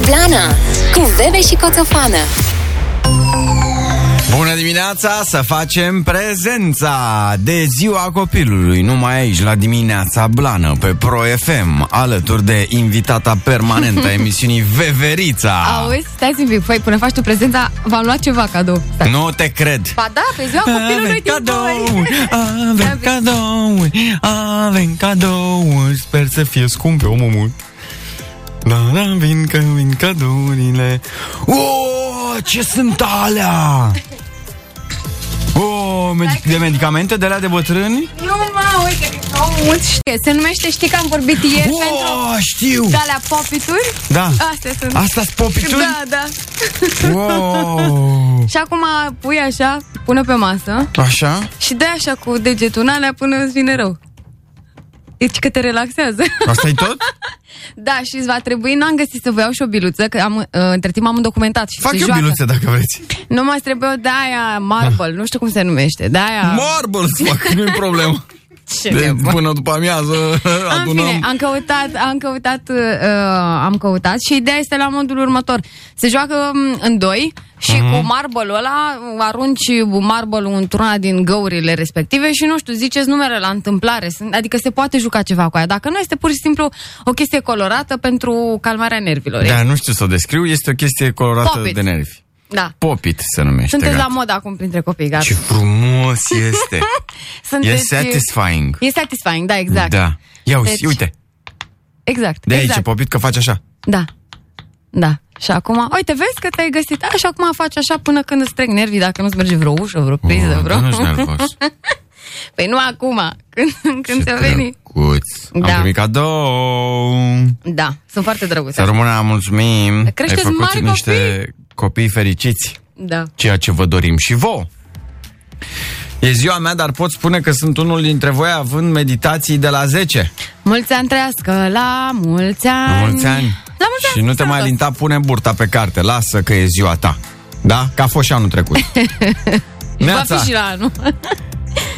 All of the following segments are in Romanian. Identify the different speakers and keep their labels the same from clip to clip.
Speaker 1: Blana Cu Bebe și Coțofană
Speaker 2: Bună dimineața, să facem prezența de ziua copilului, numai aici, la dimineața blană, pe Pro FM, alături de invitata permanentă a emisiunii Veverița.
Speaker 3: Auzi, stai un pic, păi până faci tu prezența, v-am luat ceva cadou. Stai.
Speaker 2: Nu te cred.
Speaker 3: Ba da, pe ziua copilului din
Speaker 2: cadouri, avem cadouri, avem cadouri, sper să fie scumpe, omul mult. Da, da, vin, că vin cadourile. O, ce sunt alea? O, med- de medicamente de la de bătrâni?
Speaker 3: Nu mă, uite, că am mult știe. Se numește, știi că am vorbit ieri
Speaker 2: O,
Speaker 3: pentru
Speaker 2: știu!
Speaker 3: de alea popituri?
Speaker 2: Da.
Speaker 3: Astea sunt.
Speaker 2: Asta sunt popituri?
Speaker 3: Da, da.
Speaker 2: Wow!
Speaker 3: Și acum pui așa, pune pe masă
Speaker 2: Așa?
Speaker 3: și dai așa cu degetul în alea până îți vine rău. Deci că te relaxează.
Speaker 2: asta e tot?
Speaker 3: da, și îți va trebui, n-am găsit să vă iau și o biluță, că am, uh, între timp am documentat și
Speaker 2: Fac
Speaker 3: se
Speaker 2: eu
Speaker 3: joacă.
Speaker 2: biluțe dacă vreți.
Speaker 3: Nu mai trebuie de aia marble, nu știu cum se numește, de aia...
Speaker 2: Marbles fac, nu-i problemă.
Speaker 3: Ce
Speaker 2: De,
Speaker 3: nebun.
Speaker 2: până după amiază
Speaker 3: În fine,
Speaker 2: adunăm.
Speaker 3: am căutat, am căutat, uh, am căutat și ideea este la modul următor. Se joacă um, în doi și
Speaker 2: Mhm.
Speaker 3: cu marble-ul ăla arunci marble-ul într-una din găurile respective și nu știu, ziceți numere la întâmplare, Sunt- adică se poate juca ceva cu aia. Dacă nu, este pur și simplu o chestie colorată pentru calmarea nervilor.
Speaker 2: Da, nu știu să o descriu, este o chestie colorată
Speaker 3: Popit.
Speaker 2: de nervi.
Speaker 3: da.
Speaker 2: Popit se numește.
Speaker 3: Sunteți la
Speaker 2: gata.
Speaker 3: mod acum printre copii, gata.
Speaker 2: Ce frumos este. e
Speaker 3: Sunteți...
Speaker 2: satisfying.
Speaker 3: E satisfying, da, exact.
Speaker 2: Da. Ia uite,
Speaker 3: Deci,
Speaker 2: uite.
Speaker 3: Exact,
Speaker 2: De aici
Speaker 3: exact.
Speaker 2: e popit că faci așa.
Speaker 3: Da. Da. Și acum, uite, vezi că te-ai găsit. A, și acum faci așa până când îți trec nervii, dacă nu-ți merge vreo ușă, vreo priză, vreo...
Speaker 2: nu Oh, nervos.
Speaker 3: Păi nu acum, când, când
Speaker 2: Ce
Speaker 3: ți-a venit.
Speaker 2: drăguț. Am
Speaker 3: Da.
Speaker 2: primit cadou.
Speaker 3: Da, sunt foarte drăguțe.
Speaker 2: Să rămână, mulțumim.
Speaker 3: Creșteți
Speaker 2: Ai făcut
Speaker 3: mari
Speaker 2: niște copii. fericiți,
Speaker 3: Da.
Speaker 2: ceea ce vă dorim și vouă. E ziua mea, dar pot spune că sunt unul dintre voi având meditații de la 10.
Speaker 3: Mulți ani trăiască, la mulți
Speaker 2: La
Speaker 3: ani.
Speaker 2: mulți ani.
Speaker 3: La mulți
Speaker 2: și
Speaker 3: ani,
Speaker 2: nu te mai
Speaker 3: sănătos.
Speaker 2: alinta, pune burta pe carte. Lasă că e ziua ta. Da? Ca a fost și anul trecut.
Speaker 3: Va fi și la anul.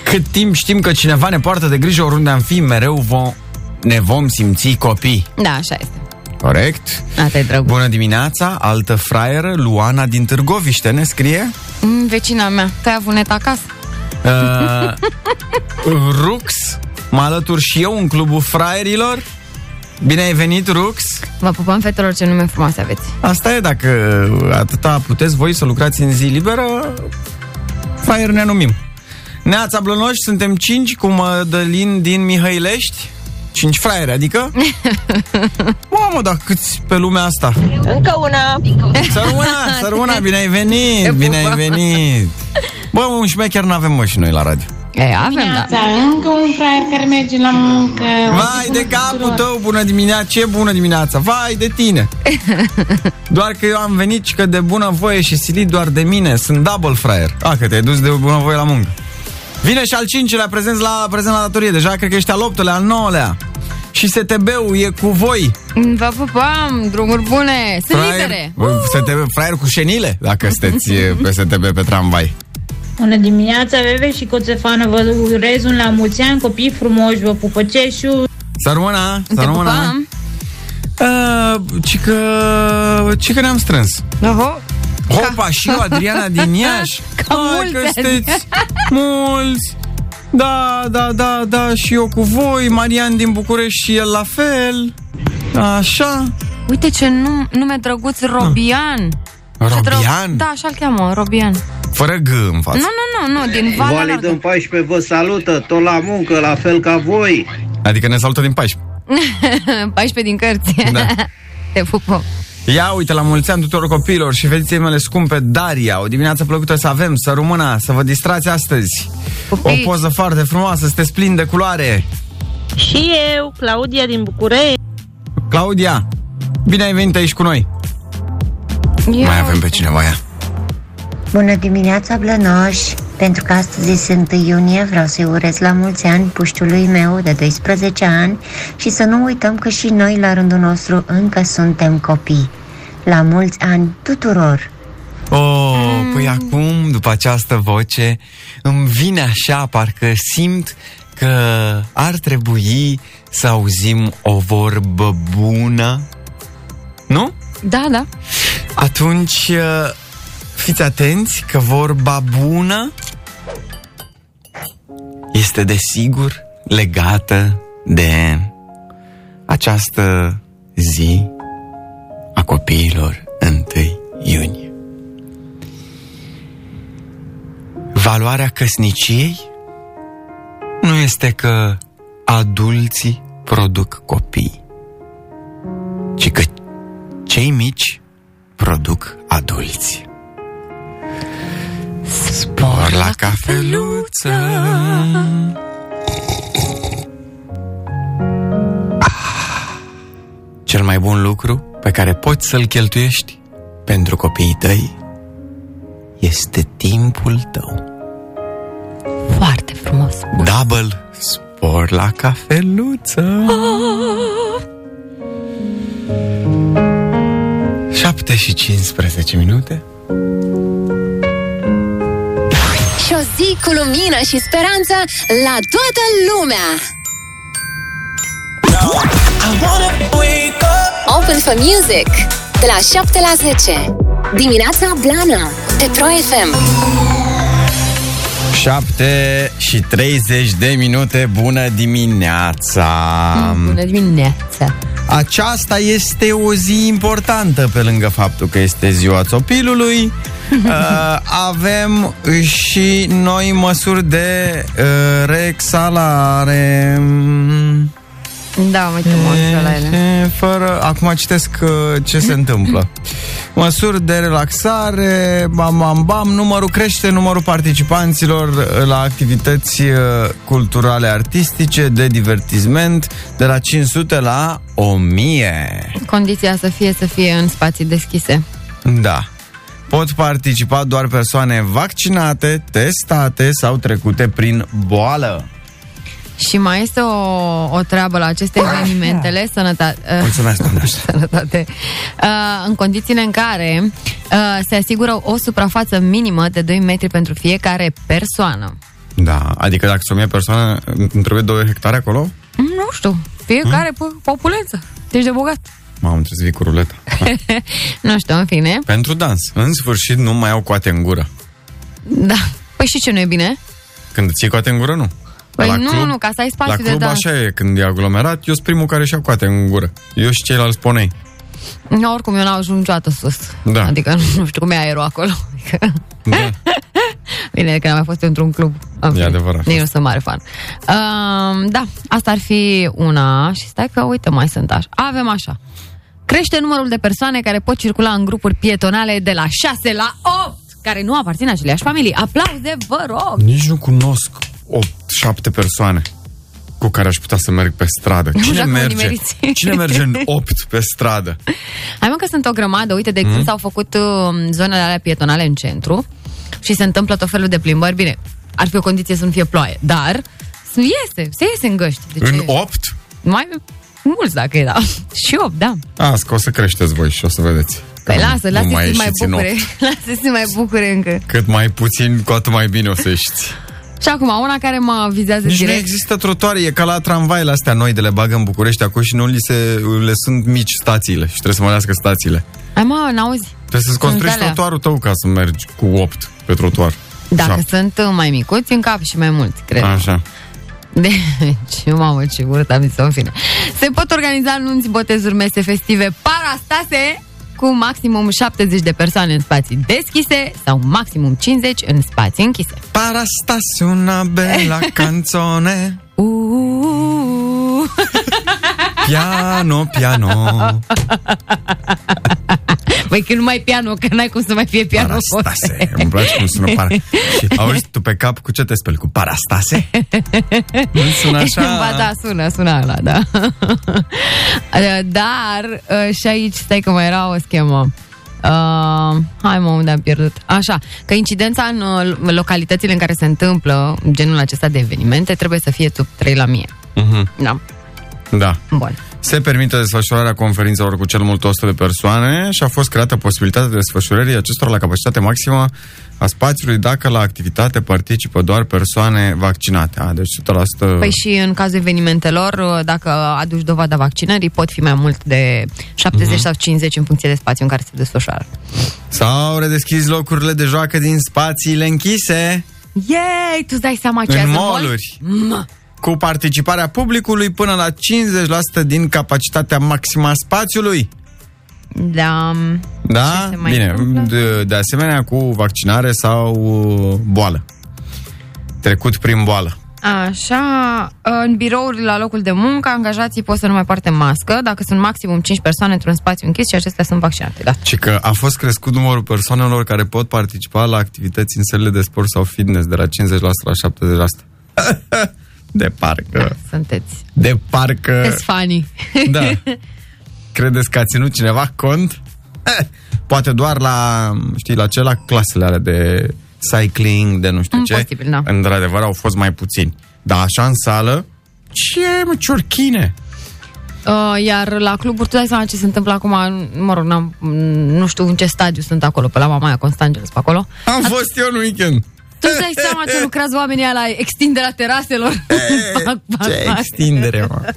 Speaker 2: cât timp știm că cineva ne poartă de grijă oriunde am fi, mereu vom, ne vom simți copii.
Speaker 3: Da, așa este.
Speaker 2: Corect?
Speaker 3: Asta e drăguț.
Speaker 2: Bună dimineața, altă fraieră, Luana din Târgoviște ne scrie.
Speaker 3: Mm, vecina mea, tu ai avut net acasă?
Speaker 2: Uh, Rux, mă alătur și eu în clubul fraierilor. Bine ai venit, Rux!
Speaker 3: Vă pupăm, fetelor, ce nume frumoase aveți.
Speaker 2: Asta e, dacă atâta puteți voi să lucrați în zi liberă, fraier ne numim. Neața Blănoși, suntem cinci cu Mădălin din Mihăilești. Cinci fraiere, adică? Mamă, dar câți pe lumea asta?
Speaker 4: Încă una.
Speaker 2: Săruna, săruna, bine ai venit, bine ai venit. Bă, un șmecher n-avem mă și noi la radio.
Speaker 3: E, avem, da.
Speaker 5: Dimineața, încă un fraier care merge la muncă.
Speaker 2: Vai de capul tău, bună dimineața, ce bună dimineața, vai de tine. Doar că eu am venit și că de bună voie și silit doar de mine, sunt double fraier. A, că te-ai dus de bună voie la muncă. Vine și al cincilea prezent la, prezent la datorie, deja cred că ești al optulea, al nouălea. Și STB-ul e cu voi.
Speaker 3: Mm, Vă pupăm, drumuri bune, sunt
Speaker 2: Păi,
Speaker 3: libere.
Speaker 2: Bă, STB, fraier cu șenile, dacă sunteți e, pe STB pe tramvai.
Speaker 6: Bună dimineața, Veve și Coțefană, vă urez un la mulți ani, copii frumoși, vă pupă ceșu.
Speaker 2: Să rămână, să
Speaker 3: Te
Speaker 2: rămână.
Speaker 3: pupăm.
Speaker 2: Uh, ci că, ci că ne-am strâns.
Speaker 3: Oho.
Speaker 2: Hopa și eu, Adriana din Iași
Speaker 3: Ca mulți
Speaker 2: că
Speaker 3: ani.
Speaker 2: sunteți mulți Da, da, da, da, și eu cu voi Marian din București și el la fel Așa
Speaker 3: Uite ce num- nume drăguț, Robian. Ce
Speaker 2: Ah. Robian?
Speaker 3: Da, așa-l cheamă, Robian.
Speaker 2: Fără G în față
Speaker 3: Nu, nu, nu, nu, din
Speaker 7: da,
Speaker 3: Valea
Speaker 8: Valid
Speaker 3: Largă.
Speaker 8: în 14 vă salută, tot la muncă, la fel ca voi.
Speaker 2: Adică ne salută din 14
Speaker 3: 14 din cărți.
Speaker 2: Da.
Speaker 3: Te pupă.
Speaker 2: Ia uite la mulți ani tuturor copiilor și fetiței mele scumpe Daria O dimineață plăcută să avem, să rămână, să vă distrați astăzi
Speaker 3: Pupici.
Speaker 2: O poză foarte frumoasă, sunteți plini de culoare
Speaker 6: Și eu, Claudia din București.
Speaker 2: Claudia, bine ai venit aici cu noi Mai avem pe cineva ea
Speaker 9: Bună dimineața, Blănoș! Pentru că astăzi este 1 iunie, vreau să-i urez la mulți ani puștiului meu de 12 ani și să nu uităm că și noi, la rândul nostru, încă suntem copii. La mulți ani tuturor!
Speaker 2: Oh, mm. păi acum, după această voce, îmi vine așa, parcă simt că ar trebui să auzim o vorbă bună. Nu?
Speaker 3: Da, da.
Speaker 2: Atunci, uh, fiți atenți că vorba bună este desigur legată de această zi a copiilor 1 iunie. Valoarea căsniciei nu este că adulții produc copii, ci că cei mici produc adulți. Spor la cafeluță Ah! Cel mai bun lucru pe care poți să-l cheltuiești pentru copiii tăi este timpul tău.
Speaker 10: Foarte frumos.
Speaker 2: Double spor la cafeluță. 7 și 15 minute.
Speaker 1: Și o zi cu lumină și speranță la toată lumea! Open for Music de la 7 la 10 Dimineața Blana de Pro FM
Speaker 2: 7 și 30 de minute, bună dimineața! Mm.
Speaker 3: Hmm.
Speaker 10: Bună dimineața.
Speaker 2: Aceasta este o zi importantă pe lângă faptul că este ziua copilului. Uh, avem și noi măsuri de uh, rexalare.
Speaker 3: Da, mă uitam mă la ele.
Speaker 2: E, Eh, Fără, acum citesc uh, ce se întâmplă. Măsuri de relaxare, bam, bam, bam, numărul crește, numărul participanților la activități uh, culturale artistice, de divertisment, de la 500 la 1000.
Speaker 3: Condiția să fie să fie în spații deschise.
Speaker 2: Da. Pot participa doar persoane vaccinate, testate sau trecute prin boală.
Speaker 3: Și mai este o, o treabă la aceste
Speaker 2: Ah,
Speaker 3: evenimentele,
Speaker 2: da.
Speaker 3: sănătate,
Speaker 2: Mulțumesc, doamne.
Speaker 3: sănătate uh, în condițiile în care uh, se asigură o suprafață minimă de 2 metri pentru fiecare persoană.
Speaker 2: Da, adică dacă sunt 1000 persoane, îmi trebuie 2 hectare acolo?
Speaker 3: Nu știu, fiecare hmm? populență. Deci de bogat.
Speaker 2: Mamă, trebuie să vii cu ruleta.
Speaker 3: nu știu, în fine.
Speaker 2: Pentru dans. În sfârșit nu mai au coate în gură.
Speaker 3: Da. Păi și ce nu e bine?
Speaker 2: Când îți iei coate în gură, nu.
Speaker 3: Păi
Speaker 2: Dar
Speaker 3: nu, nu, ca să ai spațiu
Speaker 2: la
Speaker 3: de
Speaker 2: club
Speaker 3: dans.
Speaker 2: așa e, când e aglomerat, eu sunt primul care și-a coate în gură. Eu și ceilalți ponei.
Speaker 3: No, oricum, eu n-am ajuns niciodată sus.
Speaker 2: Da.
Speaker 3: Adică nu nu știu cum e aerul acolo. Adică...
Speaker 2: Da.
Speaker 3: Bine, că n-am mai fost eu într-un club. Am
Speaker 2: E
Speaker 3: fi-
Speaker 2: adevărat.
Speaker 3: Nici nu sunt mare fan. Um, da, asta ar fi una. Și stai că, uite, mai sunt așa. Avem așa. Crește numărul de persoane care pot circula în grupuri pietonale de la 6 la 8, care nu aparțin aceleași familii. Aplauze, vă rog!
Speaker 2: Nici nu cunosc 8-7 persoane cu care aș putea să merg pe stradă. Cine
Speaker 3: dacă mă
Speaker 2: merge?
Speaker 3: nimeriți.
Speaker 2: Cine merge în 8 pe stradă?
Speaker 3: Hai mă că sunt o grămadă, uite, de mm? când s-au făcut um, zonele alea pietonale în centru și se întâmplă tot felul de plimbări, bine, ar fi o condiție să nu fie ploaie, dar s- iese, se iese în găști. Deci
Speaker 2: În
Speaker 3: e
Speaker 2: 8?
Speaker 3: Mai mulți dacă e, da. și 8, da.
Speaker 2: Asta că o să creșteți voi și o să vedeți.
Speaker 3: Păi
Speaker 2: Că
Speaker 3: lasă,
Speaker 2: nu
Speaker 3: lasă să se mai
Speaker 2: ieșiți în
Speaker 3: bucure.
Speaker 2: opt.
Speaker 3: Lasă să se mai bucure încă.
Speaker 2: Cât mai puțin, cu atât mai bine o să ieșiți.
Speaker 3: Și acum, una care mă vizează
Speaker 2: Nici nu
Speaker 3: direct.
Speaker 2: există trotuare, e ca la tramvaile astea noi de le bagă în București acum și nu li se, le sunt mici stațiile și trebuie să mărească stațiile.
Speaker 3: Hai mă, n-auzi.
Speaker 2: Trebuie să-ți
Speaker 3: Sunt
Speaker 2: construiești
Speaker 3: alea.
Speaker 2: trotuarul tău ca să mergi cu 8 pe trotuar.
Speaker 3: Dacă
Speaker 2: Șapte. Ah.
Speaker 3: sunt uh, mai micuți, în cap și mai mulți, cred.
Speaker 2: Așa.
Speaker 3: Deci, mamă, ce urât am zis în fine. Se pot organiza nunți, botezuri, mese festive, parastase cu maximum 70 de persoane în spații deschise sau maximum 50 în spații închise.
Speaker 2: Parastase una bella canzone
Speaker 3: Uuuu.
Speaker 2: Piano, piano
Speaker 3: Păi când nu mai piano, că n-ai cum să mai fie piano.
Speaker 2: Parastase Îmi place cum sună para... Și Auzi, tu pe cap cu ce te speli? Cu parastase? Nu sună așa?
Speaker 3: Ba da, sună, sună ala, da. Dar uh, și aici, stai că mai era o schemă. Uh, hai mă, unde am pierdut. Așa, că incidența în uh, localitățile în care se întâmplă genul acesta de evenimente trebuie să fie sub 3 la mie.
Speaker 2: Mhm,
Speaker 3: Da,
Speaker 2: da.
Speaker 3: bun.
Speaker 2: Se permite desfășurarea conferințelor cu cel mult 100 de persoane și a fost creată posibilitatea de desfășurării acestor la capacitate maximă a spațiului dacă la activitate participă doar persoane vaccinate. A, deci 100%...
Speaker 3: Păi și în cazul evenimentelor, ă, dacă aduci dovada vaccinării, pot fi mai mult de
Speaker 2: Mhm.
Speaker 3: 70 sau 50 în funcție de spațiu în care se desfășoară.
Speaker 2: S-au redeschis locurile de joacă din spațiile închise
Speaker 3: Yay! Tu îți dai seama ce
Speaker 2: în
Speaker 3: azi
Speaker 2: mall-uri. Cu participarea publicului până la 50% din capacitatea maximă a spațiului.
Speaker 3: mall? Da.
Speaker 2: Da?
Speaker 3: se mai
Speaker 2: Bine.
Speaker 3: întâmplă?
Speaker 2: De, de asemenea, cu vaccinare sau uh, boală. Trecut prin boală.
Speaker 4: Așa, în birouri la locul de muncă, angajații pot să nu mai poarte mască dacă sunt maximum 5 persoane într-un spațiu închis și acestea sunt vaccinate. Da.
Speaker 2: Ci că a fost crescut numărul persoanelor care pot participa la activități în sălile de sport sau fitness de la 50% la 70%. de parcă.
Speaker 4: Sunteți.
Speaker 2: De parcă.
Speaker 3: Sunteți fanii.
Speaker 2: Da. Credeți că a ținut cineva cont? Eh, Poate doar la, știi, la ce, la clasele alea de cycling, de nu știu ce.
Speaker 4: Posibil, da.
Speaker 2: Într-adevăr, au fost mai puțini. Dar așa în sală, ce mă, ciorchine?
Speaker 4: Uh, iar la cluburi, tu dai seama ce se întâmplă acum, mă rog, n-am, m- nu știu în ce stadiu sunt acolo, pe la Mamaia Constangeles, pe acolo.
Speaker 2: Am fost eu în weekend.
Speaker 4: Tu îți dai seama ce lucrează oamenii ăia la extinderea teraselor. Fac, fac,
Speaker 2: Ce
Speaker 4: fac.
Speaker 2: extindere, mă.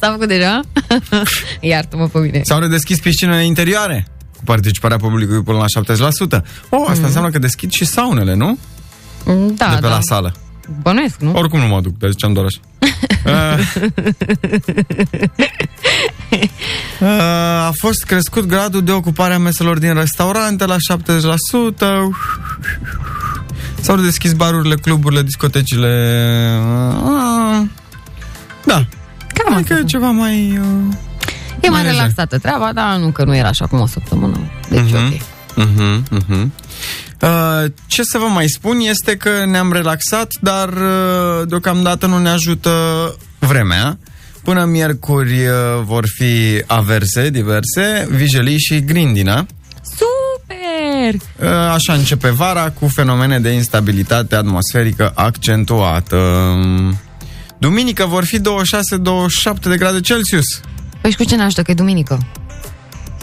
Speaker 4: S-a făcut deja? Iartă-mă pe mine.
Speaker 2: S-au redeschis piscinele interioare cu participarea publicului până la 70%. Oh, asta înseamnă că deschid și saunele, nu?
Speaker 4: Da,
Speaker 2: de pe
Speaker 4: da.
Speaker 2: la sală.
Speaker 4: Bănuiesc, nu?
Speaker 2: Oricum nu mă duc, dar ziceam doar așa. Uh, uh, a fost crescut gradul de ocupare a meselor din restaurante la 70%. S-au deschis barurile, cluburile, discotecile. Uh, da. Cam adică e ceva mai... Uh,
Speaker 4: E mai
Speaker 2: Manager.
Speaker 4: relaxată treaba, dar nu că nu era așa cum o săptămână. Deci,
Speaker 2: Mhm.
Speaker 4: ok.
Speaker 2: Uh-huh, uh-huh. Uh, ce să vă mai spun este că ne-am relaxat, dar uh, deocamdată nu ne ajută vremea. Până miercuri uh, vor fi averse diverse, vijelii și grindina.
Speaker 4: Super!
Speaker 2: Uh, așa începe vara cu fenomene de instabilitate atmosferică accentuată. Duminică vor fi 26-27 de grade Celsius.
Speaker 4: Păi și cu ce ne ajută? Că e duminică.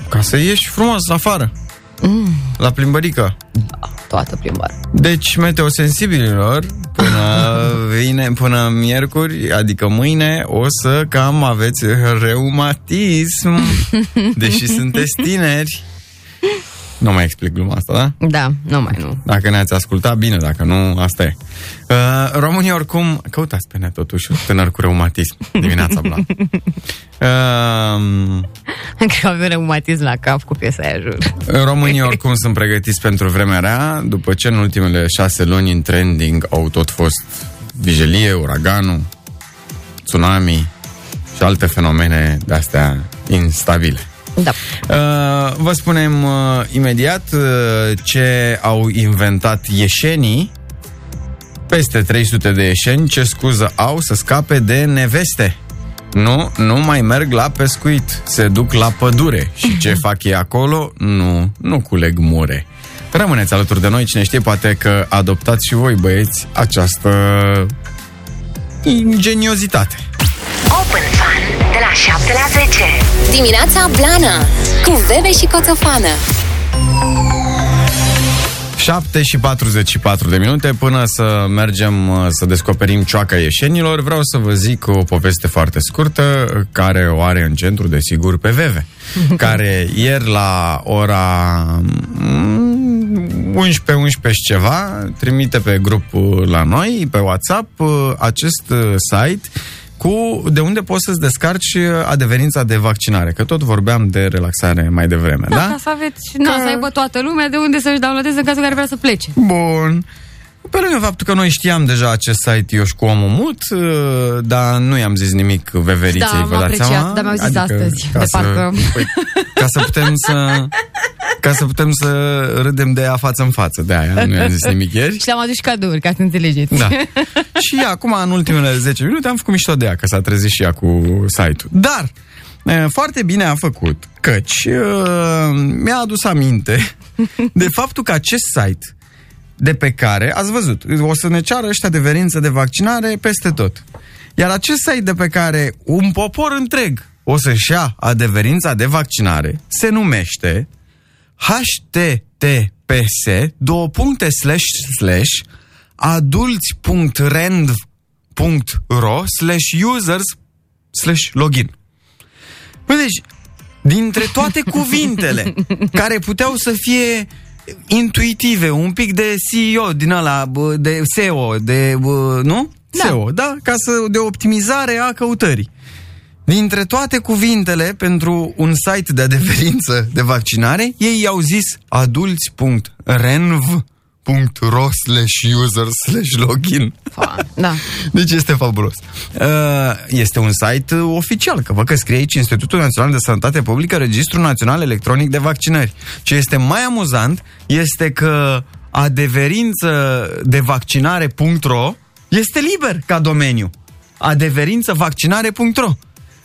Speaker 2: Ca să ieși frumos afară, mm. la plimbărică.
Speaker 3: Toată plimbarea.
Speaker 2: Deci, meteosensibililor, până, vine, până miercuri, adică mâine, o să cam aveți reumatism, deși sunteți tineri. Nu mai explic gluma asta, da?
Speaker 4: Da, nu mai nu.
Speaker 2: Dacă ne-ați ascultat, bine, dacă nu, asta e. Uh, românii oricum, căutați pe net totuși, un tânăr cu reumatism, dimineața blană. Uh,
Speaker 4: Cred că avem reumatism la cap cu piesa aia, jur.
Speaker 2: Românii oricum sunt pregătiți pentru vremea rea, după ce în ultimele șase luni în trending au tot fost vijelie, uraganul, tsunami și alte fenomene de-astea instabile.
Speaker 4: Da.
Speaker 2: Uh, vă spunem uh, imediat uh, ce au inventat ieșenii, peste 300 de ieșeni, ce scuză au să scape de neveste. Nu, nu mai merg la pescuit, se duc la pădure și ce fac ei acolo? Nu, nu culeg mure. Rămâneți alături de noi, cine știe, poate că adoptați și voi, băieți, această ingeniozitate.
Speaker 1: Open Fun de la 7 la 10. Dimineața Blana cu Bebe și Coțofană.
Speaker 2: 7 și 44 de minute până să mergem uh, să descoperim cioaca ieșenilor, vreau să vă zic o poveste foarte scurtă uh, care o are în centru, desigur, pe Veve, care ieri la ora mm, 11, 11 și ceva trimite pe grupul la noi, pe WhatsApp, uh, acest uh, site cu de unde poți să-ți descarci uh, adeverința de vaccinare, că tot vorbeam de relaxare mai devreme, da?
Speaker 4: Ca să aveți, na, să aibă toată lumea de unde să-și downloadeze în cazul în care vrea să plece.
Speaker 2: Bun. Pe lângă faptul că noi știam deja acest site Eu și cu omul mut, uh, dar nu i-am zis nimic veveriței,
Speaker 4: Da,
Speaker 2: vă
Speaker 4: m-a
Speaker 2: dați
Speaker 4: apreciat,
Speaker 2: seama? Adică,
Speaker 4: dar mi-au zis astăzi,
Speaker 2: ca
Speaker 4: de
Speaker 2: să,
Speaker 4: parcă-
Speaker 2: Păi, ca să putem să... Ca să putem să râdem de ea față în față, de aia nu i-am zis nimic ieri.
Speaker 4: Și le-am adus și cadouri, ca să înțelegeți.
Speaker 2: Da. și acum, în ultimele 10 minute, am făcut mișto de ea, că s-a trezit și ea cu site-ul. Dar, e, foarte bine a făcut, căci e, mi-a adus aminte de faptul că acest site de pe care, ați văzut, o să ne ceară ăștia adeverință de vaccinare peste tot. Iar acest site de pe care un popor întreg o să-și ia adeverința de vaccinare se numește https două puncte slash slash adulți.rend.ro slash users slash login. Bă, deci, dintre toate cuvintele care puteau să fie intuitive, un pic de CEO din ăla, bă, de SEO, de, bă, nu? Da. SEO, da? Ca să, de optimizare a căutării. Dintre toate cuvintele pentru un site de adeverință de vaccinare, ei i-au zis adulți.renv.ro slash user slash login.
Speaker 4: Da.
Speaker 2: Deci este fabulos. Uh, Este un site uh, oficial, că vă că scrie aici Institutul Național de Sănătate Publică, Registrul Național Electronic de Vaccinări. Ce este mai amuzant este că adeverință de vaccinare.ro este liber ca domeniu. Adeverință vaccinare.ro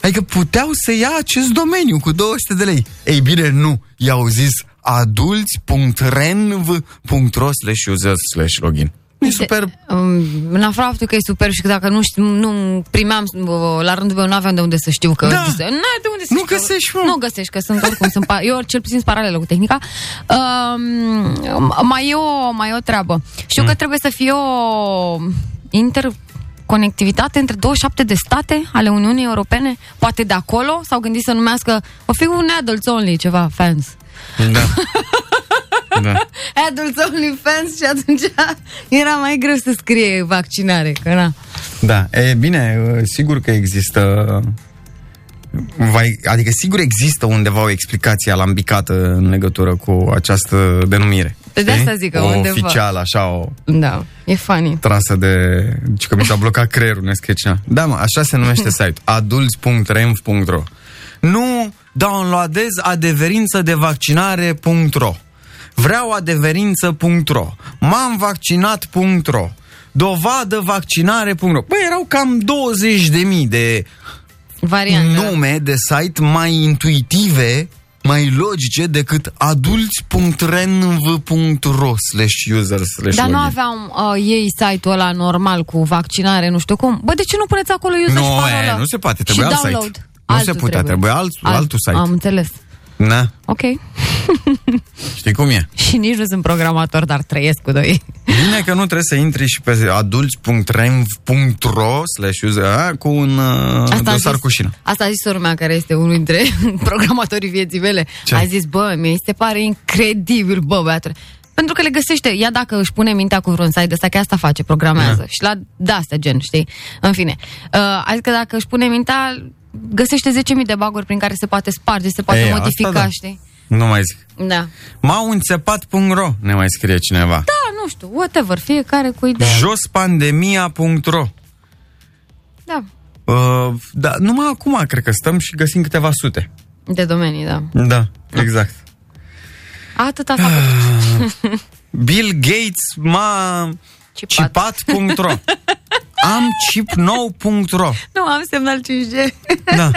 Speaker 2: Adică puteau să ia acest domeniu cu 200 de lei. Ei bine, nu. I-au zis adulți.renv.ro slash user slash login. E super
Speaker 3: Um, În afara faptul că e super și că dacă nu știu, nu primeam uh, la rândul meu, nu aveam de unde să știu că...
Speaker 2: Da.
Speaker 3: Nu ai de unde să
Speaker 2: Nu
Speaker 3: știu că-
Speaker 2: găsești, mă.
Speaker 3: Nu găsești, că sunt oricum, sunt, pa- eu cel puțin sunt paralelă cu tehnica. Um, mai, e o, mai e o treabă. Știu că trebuie să fie o interconectivitate între 27 de state ale Uniunii Europene. Poate de acolo s-au gândit să numească, o fi un adults only, ceva, fans.
Speaker 2: Da. da.
Speaker 3: Adults only fans și atunci era mai greu să scrie vaccinare, că na.
Speaker 2: Da. E bine, sigur că există Vai, adică sigur există undeva o explicație alambicată în legătură cu această denumire.
Speaker 3: Pe de
Speaker 2: știi?
Speaker 3: asta zic că
Speaker 2: o
Speaker 3: undeva.
Speaker 2: Oficial, așa, o
Speaker 3: Da, e funny.
Speaker 2: trasă de... Deci că mi s-a blocat creierul, ne scrie cineva. Da, mă, așa se numește site. adults.renv.ro Nu downloadez adeverință de vaccinare.ro Vreau adeverință.ro M-am vaccinat.ro Dovadă vaccinare.ro Băi, erau cam 20.000 de
Speaker 3: Varianta.
Speaker 2: nume de site mai intuitive, mai logice decât adulți.renv.ro slash user slash
Speaker 3: Dar nu
Speaker 2: login.
Speaker 3: aveam uh, ei site-ul ăla normal cu vaccinare, nu știu cum. Bă, de ce nu puneți acolo user și
Speaker 2: Nu,
Speaker 3: parola?
Speaker 2: e, nu se poate,
Speaker 3: Și
Speaker 2: trebuia alt
Speaker 3: download.
Speaker 2: site. Nu
Speaker 3: Altul
Speaker 2: se putea, trebuia alt- altul site.
Speaker 3: Am înțeles.
Speaker 2: Na,
Speaker 3: Ok.
Speaker 2: știi cum e?
Speaker 3: și nici nu sunt programator, dar trăiesc cu doi.
Speaker 2: Bine că nu trebuie să intri și pe adulți.renv.ro slash user a, cu un uh,
Speaker 3: a
Speaker 2: dosar
Speaker 3: zis,
Speaker 2: cu șină.
Speaker 3: Asta a zis urmea care este unul dintre programatorii vieții mele.
Speaker 2: Ce?
Speaker 3: A zis, bă, mi se pare incredibil, bă, băiatule. Pentru că le găsește. Ea dacă își pune mintea cu vreun site de asta, că asta face, programează.
Speaker 2: Da.
Speaker 3: Și la de-astea gen, știi? În fine. Uh, adică dacă își pune mintea, găsește 10.000 de baguri prin care se poate sparge, se poate
Speaker 2: E, asta
Speaker 3: modifica,
Speaker 2: da.
Speaker 3: știi?
Speaker 2: Nu mai zic.
Speaker 3: Da.
Speaker 2: M-au înțepat.ro, ne mai scrie cineva. Da.
Speaker 3: Da, nu știu, whatever, fiecare cu ideea.
Speaker 2: Jospandemia.ro
Speaker 3: Da,
Speaker 2: Uh, da, numai acum cred că stăm și găsim câteva sute.
Speaker 3: de domenii, da.
Speaker 2: Da, exact.
Speaker 3: Atâta s-a
Speaker 2: Ah.
Speaker 3: făcut.
Speaker 2: Bill Gates m-a
Speaker 3: Cipat.
Speaker 2: cipat.ro Am chipnou.ro
Speaker 3: Nu, am semnal 5G.
Speaker 2: Da.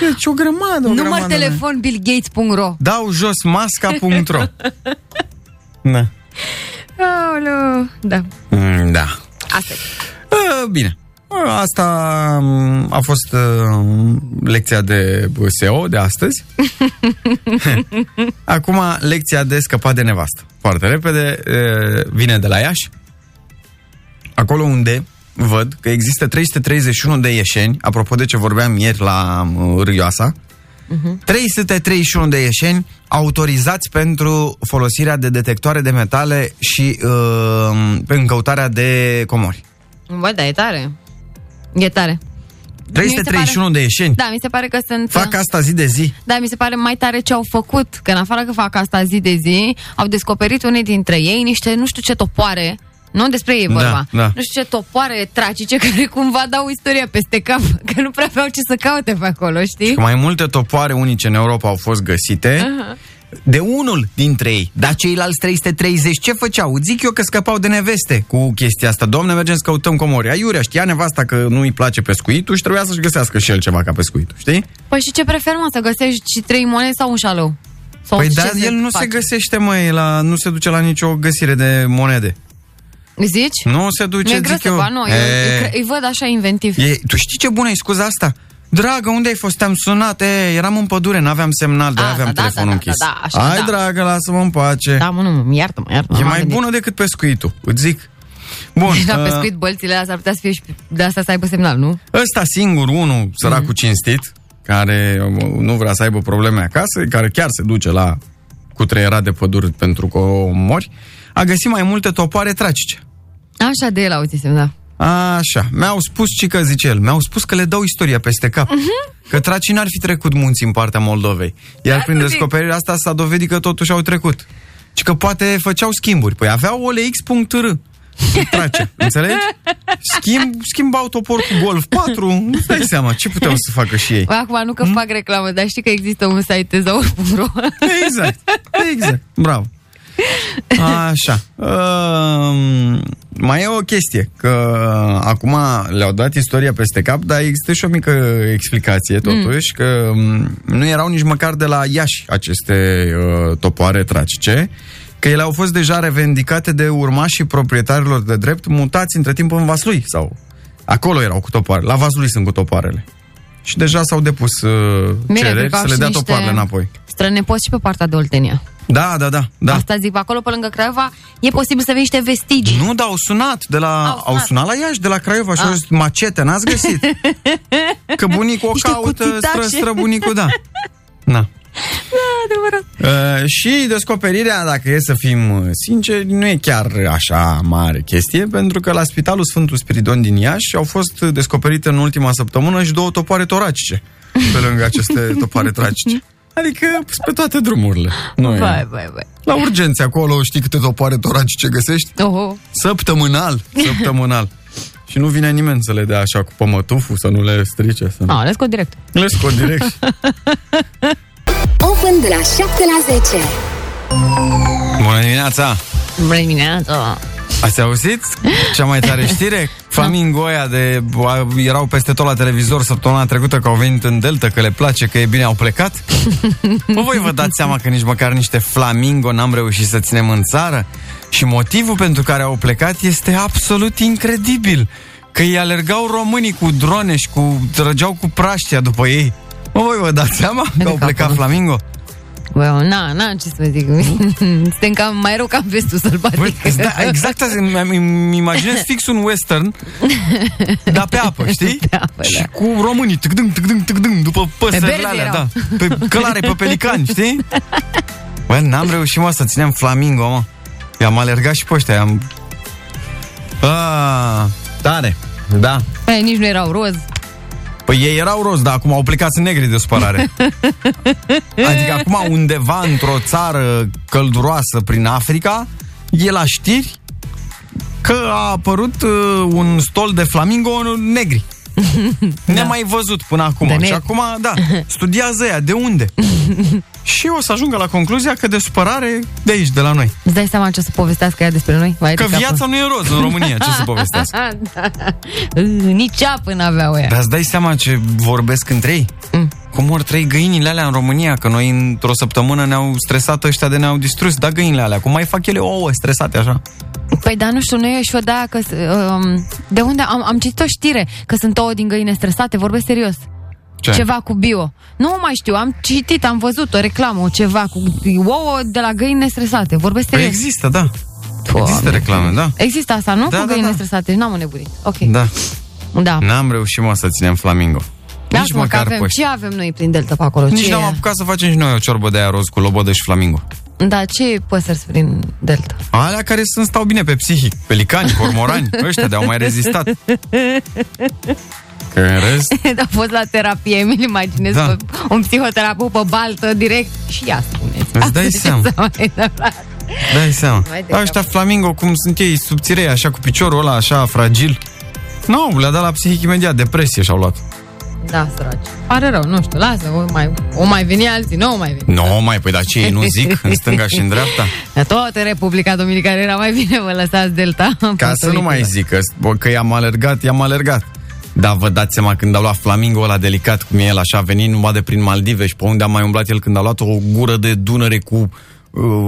Speaker 2: Deci o grămadă, o
Speaker 3: Număr
Speaker 2: grămadă,
Speaker 3: telefon billgates.ro
Speaker 2: Dau jos masca.ro Da.
Speaker 3: Aoleu. Da,
Speaker 2: Mm, Da.
Speaker 3: asta e.
Speaker 2: Uh, Bine. Uh, Asta um, a fost uh, lecția de uh, SEO de astăzi. Acum lecția de scăpat de nevastă. Foarte repede uh, vine de la Iași. Acolo unde văd că există 331 de ieșeni, apropo de ce vorbeam ieri la uh, Râioasa, 331 de ieșeni autorizați pentru folosirea de detectoare de metale și uh, în căutarea de comori.
Speaker 3: Bă, da, e tare. E tare. Mi se
Speaker 2: 331
Speaker 3: pare-
Speaker 2: de ieșeni.
Speaker 3: Da, mi se pare că sunt...
Speaker 2: Fac asta zi de zi.
Speaker 3: Da, mi se pare mai tare ce au făcut, că în afară că fac asta zi de zi, au descoperit unii dintre ei niște nu știu ce topoare, nu despre ei e vorba,
Speaker 2: Da, da.
Speaker 3: nu știu ce topoare tragice care cumva dau istoria peste cap, că nu prea aveau ce să caute pe acolo, știi?
Speaker 2: Mai multe topoare unice în Europa au fost găsite. De unul dintre ei, dar ceilalți 330 ce făceau? Îți Zic eu că scăpau de neveste cu chestia asta. Domne, mergem să căutăm comori. Aiurea știa nevasta că nu îi place pescuitul și trebuia să-și găsească și el ceva ca pescuitul, știi?
Speaker 3: Păi și ce prefer, mă, să găsești trei monede sau un șalou? Sau
Speaker 2: păi
Speaker 3: ce
Speaker 2: da,
Speaker 3: să
Speaker 2: el nu
Speaker 3: faci?
Speaker 2: se găsește, măi, la, nu se duce la nicio găsire de monede.
Speaker 3: Zici?
Speaker 2: Nu se duce,
Speaker 3: Mi-e greu
Speaker 2: zic
Speaker 3: să
Speaker 2: eu.
Speaker 3: ba, nu, eu,
Speaker 2: E,
Speaker 3: eu, cre- îi văd așa inventiv.
Speaker 2: e, tu știi ce bună e scuza asta? Dragă, unde ai fost? Te-am sunat, e, eram în pădure, n-aveam semnal, de
Speaker 3: A,
Speaker 2: aveam
Speaker 3: da, da,
Speaker 2: telefonul
Speaker 3: da, da,
Speaker 2: închis.
Speaker 3: da, da, așa,
Speaker 2: Hai,
Speaker 3: da.
Speaker 2: dragă, lasă-mă în pace.
Speaker 3: Da, mă, nu, mă, iartă-mă, iartă-mă.
Speaker 2: e
Speaker 3: m-am
Speaker 2: mai
Speaker 3: gândit.
Speaker 2: bună decât pescuitul, îți zic. Bun,
Speaker 3: Deci la
Speaker 2: uh,
Speaker 3: pescuit bălțile astea, ar putea să fie și de asta să aibă semnal, nu?
Speaker 2: Ăsta singur, unul săracul
Speaker 3: Mhm.
Speaker 2: mm. cinstit, care uh, nu vrea să aibă probleme acasă, care chiar se duce la cutreierat de păduri pentru că o mori, a găsit mai multe topoare tragice.
Speaker 3: Așa de el auzisem, da.
Speaker 2: Așa, mi-au spus ce că zice el, mi-au spus că le dau istoria peste cap. Că tracii n-ar fi trecut munții în partea Moldovei. Iar prin descoperirea asta s-a dovedit că totuși au trecut. Și că poate făceau schimburi. Păi aveau OLX.r cu trace, înțelegi? Schimb, schimbau topor cu Golf 4, nu-ți dai seama ce puteau să facă și ei.
Speaker 3: Bă, Acum nu că
Speaker 2: Mm.
Speaker 3: fac reclamă, dar știi că există un site tezaur.ro
Speaker 2: Exact, exact, bravo. Așa. Um, mai e o chestie, că acum le-au dat istoria peste cap, dar există și o mică explicație
Speaker 3: Mm.
Speaker 2: totuși, că um, nu erau nici măcar de la Iași aceste uh, topoare tragice, că ele au fost deja revendicate de urmașii proprietarilor de drept mutați între timp în Vaslui sau acolo erau cu topoare, la Vaslui sunt cu topoarele. Și deja s-au depus uh,
Speaker 3: Bine, cred
Speaker 2: cereri
Speaker 3: că au
Speaker 2: să le
Speaker 3: și
Speaker 2: dea
Speaker 3: niște-
Speaker 2: topoarele înapoi.
Speaker 3: Strănepoți și pe partea de Oltenia.
Speaker 2: Da, da, da, da.
Speaker 3: Asta zic, acolo pe lângă Craiova e posibil să vezi niște vestigii.
Speaker 2: Nu, dar au sunat de la, au
Speaker 3: Au
Speaker 2: sunat,
Speaker 3: sunat. Ah.
Speaker 2: au sunat la Iași, de la Craiova și au zis, macete, n-ați găsit? Că bunicul o
Speaker 3: Niște
Speaker 2: caută, stră,
Speaker 3: cuțitașe.
Speaker 2: stră bunicul, da. Na.
Speaker 3: Da, adevărat.
Speaker 2: Uh, și descoperirea, dacă e să fim uh, sinceri, nu e chiar așa mare chestie, pentru că la Spitalul Sfântul Spiridon din Iași au fost uh, descoperite în ultima săptămână și două topoare toracice, pe lângă aceste topoare tragice. Adică pe toate drumurile. Nu
Speaker 3: Vai,
Speaker 2: e.
Speaker 3: vai, vai.
Speaker 2: La urgențe acolo, știi câte topoare toracice găsești?
Speaker 3: Oho.
Speaker 2: Săptămânal, săptămânal. și nu vine nimeni să le dea așa cu pămătuful, să nu le strice. Să nu...
Speaker 3: A, le scot direct.
Speaker 2: Le scot direct.
Speaker 1: Open de la 7 la 10.
Speaker 2: Bună dimineața!
Speaker 3: Bună dimineața. Da.
Speaker 2: Ați auzit cea mai tare știre? Flamingo aia de... a- erau peste tot la televizor săptămâna trecută că au venit în Delta, că le place, că e bine, au plecat. Mă, voi vă dați seama că nici măcar niște flamingo n-am reușit să ținem în țară? Și motivul pentru care au plecat este absolut incredibil. Că îi alergau românii cu drone și cu, trăgeau cu praștia după ei. Mă, voi vă dați seama că au
Speaker 3: capul
Speaker 2: plecat
Speaker 3: meu.
Speaker 2: flamingo?
Speaker 3: Bă, na, na, ce să vă zic. Suntem cam mai rău ca în vestul
Speaker 2: Bă,
Speaker 3: sălbatic.
Speaker 2: da, exact asta, îmi- îmi îmi imaginez fix un western, dar pe apă, știi?
Speaker 3: Pe apă,
Speaker 2: și
Speaker 3: da.
Speaker 2: cu românii, tâcdâng, tâcdâng, tâcdâng, după păsările
Speaker 3: berze
Speaker 2: alea, da.
Speaker 3: erau.
Speaker 2: Pe călare, pe pelicani, știi? Bă, n-am reușit, mă, să ținem flamingo, mă. I-am alergat și pe ăștia, Ah. am... A, tare, da.
Speaker 3: Păi, nici nu erau roz.
Speaker 2: Păi ei erau roz, dar acum au plecat în negri de supărare. adică acum undeva într-o țară călduroasă prin Africa, e la știri că a apărut uh, un stol de flamingo negri. Nemai văzut până acum.
Speaker 3: De
Speaker 2: Și
Speaker 3: negri.
Speaker 2: acum, da, studiază ea, de unde? și o să ajungă la concluzia că de supărare de aici, de la noi.
Speaker 3: Îți dai seama ce o să povestească ea despre noi? Vai
Speaker 2: Că
Speaker 3: de capul. Ah,
Speaker 2: viața nu e roz în România, ce să povestească.
Speaker 3: Da. Nici apă n-aveau ea.
Speaker 2: Dar îți dai seama ce vorbesc între ei? Mm. Cum mor trei găinile alea în România? Că noi într-o săptămână ne-au stresat ăștia de ne-au distrus. Da, găinile alea. Cum mai fac ele ouă stresate așa?
Speaker 3: Păi da, nu știu, nu e și o de aia că... Um, de unde? Am, am citit o știre că sunt ouă din găine stresate, vorbesc serios.
Speaker 2: Ce?
Speaker 3: Ceva cu bio. Nu mai știu, am citit, am văzut o reclamă, ceva cu ouă de la găini stresate. Vorbesc
Speaker 2: Păi
Speaker 3: serios.
Speaker 2: există, da.
Speaker 3: Doamne.
Speaker 2: Există reclame, da.
Speaker 3: Există asta, nu?
Speaker 2: Da,
Speaker 3: cu
Speaker 2: da,
Speaker 3: găini
Speaker 2: da.
Speaker 3: stresate. N-am nebunit. Ok.
Speaker 2: Da.
Speaker 3: da.
Speaker 2: N-am reușit, mă, să ținem flamingo.
Speaker 3: Da,
Speaker 2: Nici
Speaker 3: mă, că
Speaker 2: măcar pe
Speaker 3: avem,
Speaker 2: ăștia.
Speaker 3: ce avem noi prin delta pe acolo?
Speaker 2: Nici
Speaker 3: ce
Speaker 2: n-am apucat să facem și noi o ciorbă de aia roz cu lobodă și flamingo.
Speaker 3: Da, ce păsări prin delta?
Speaker 2: Alea care sunt stau bine pe psihic. Pelicani, cormorani, ăștia de-au mai rezistat. Că în rest...
Speaker 3: a fost la terapie, mi-l imaginez
Speaker 2: Da.
Speaker 3: da. pe un psihoterapeut pe baltă direct și ia spuneți.
Speaker 2: Îți
Speaker 3: Asta
Speaker 2: dai
Speaker 3: ce
Speaker 2: seama.
Speaker 3: s-a mai întâmplat?
Speaker 2: Dai seama.
Speaker 3: Vai de
Speaker 2: Ăștia flamingo, cum sunt ei subțirei, așa cu piciorul ăla, așa fragil. Nu, no, le-a dat la psihic imediat, depresie și-au luat.
Speaker 3: Da, săraci. Pare rău, nu știu, lasă, o mai, o mai veni alții, nu o mai veni.
Speaker 2: Nu, no, mai, păi dar ce ei nu zic în stânga și în dreapta?
Speaker 3: Dar Tot în Da, Republica Dominicană era mai bine, vă lăsați delta.
Speaker 2: Ca să nu mai zic că, bă, că i-am alergat, i-am alergat. Da, vă dați seama când a luat flamingo ăla delicat cum e el, așa a venit numai de prin Maldive și pe unde a mai umblat el când a luat o gură de Dunăre cu uh,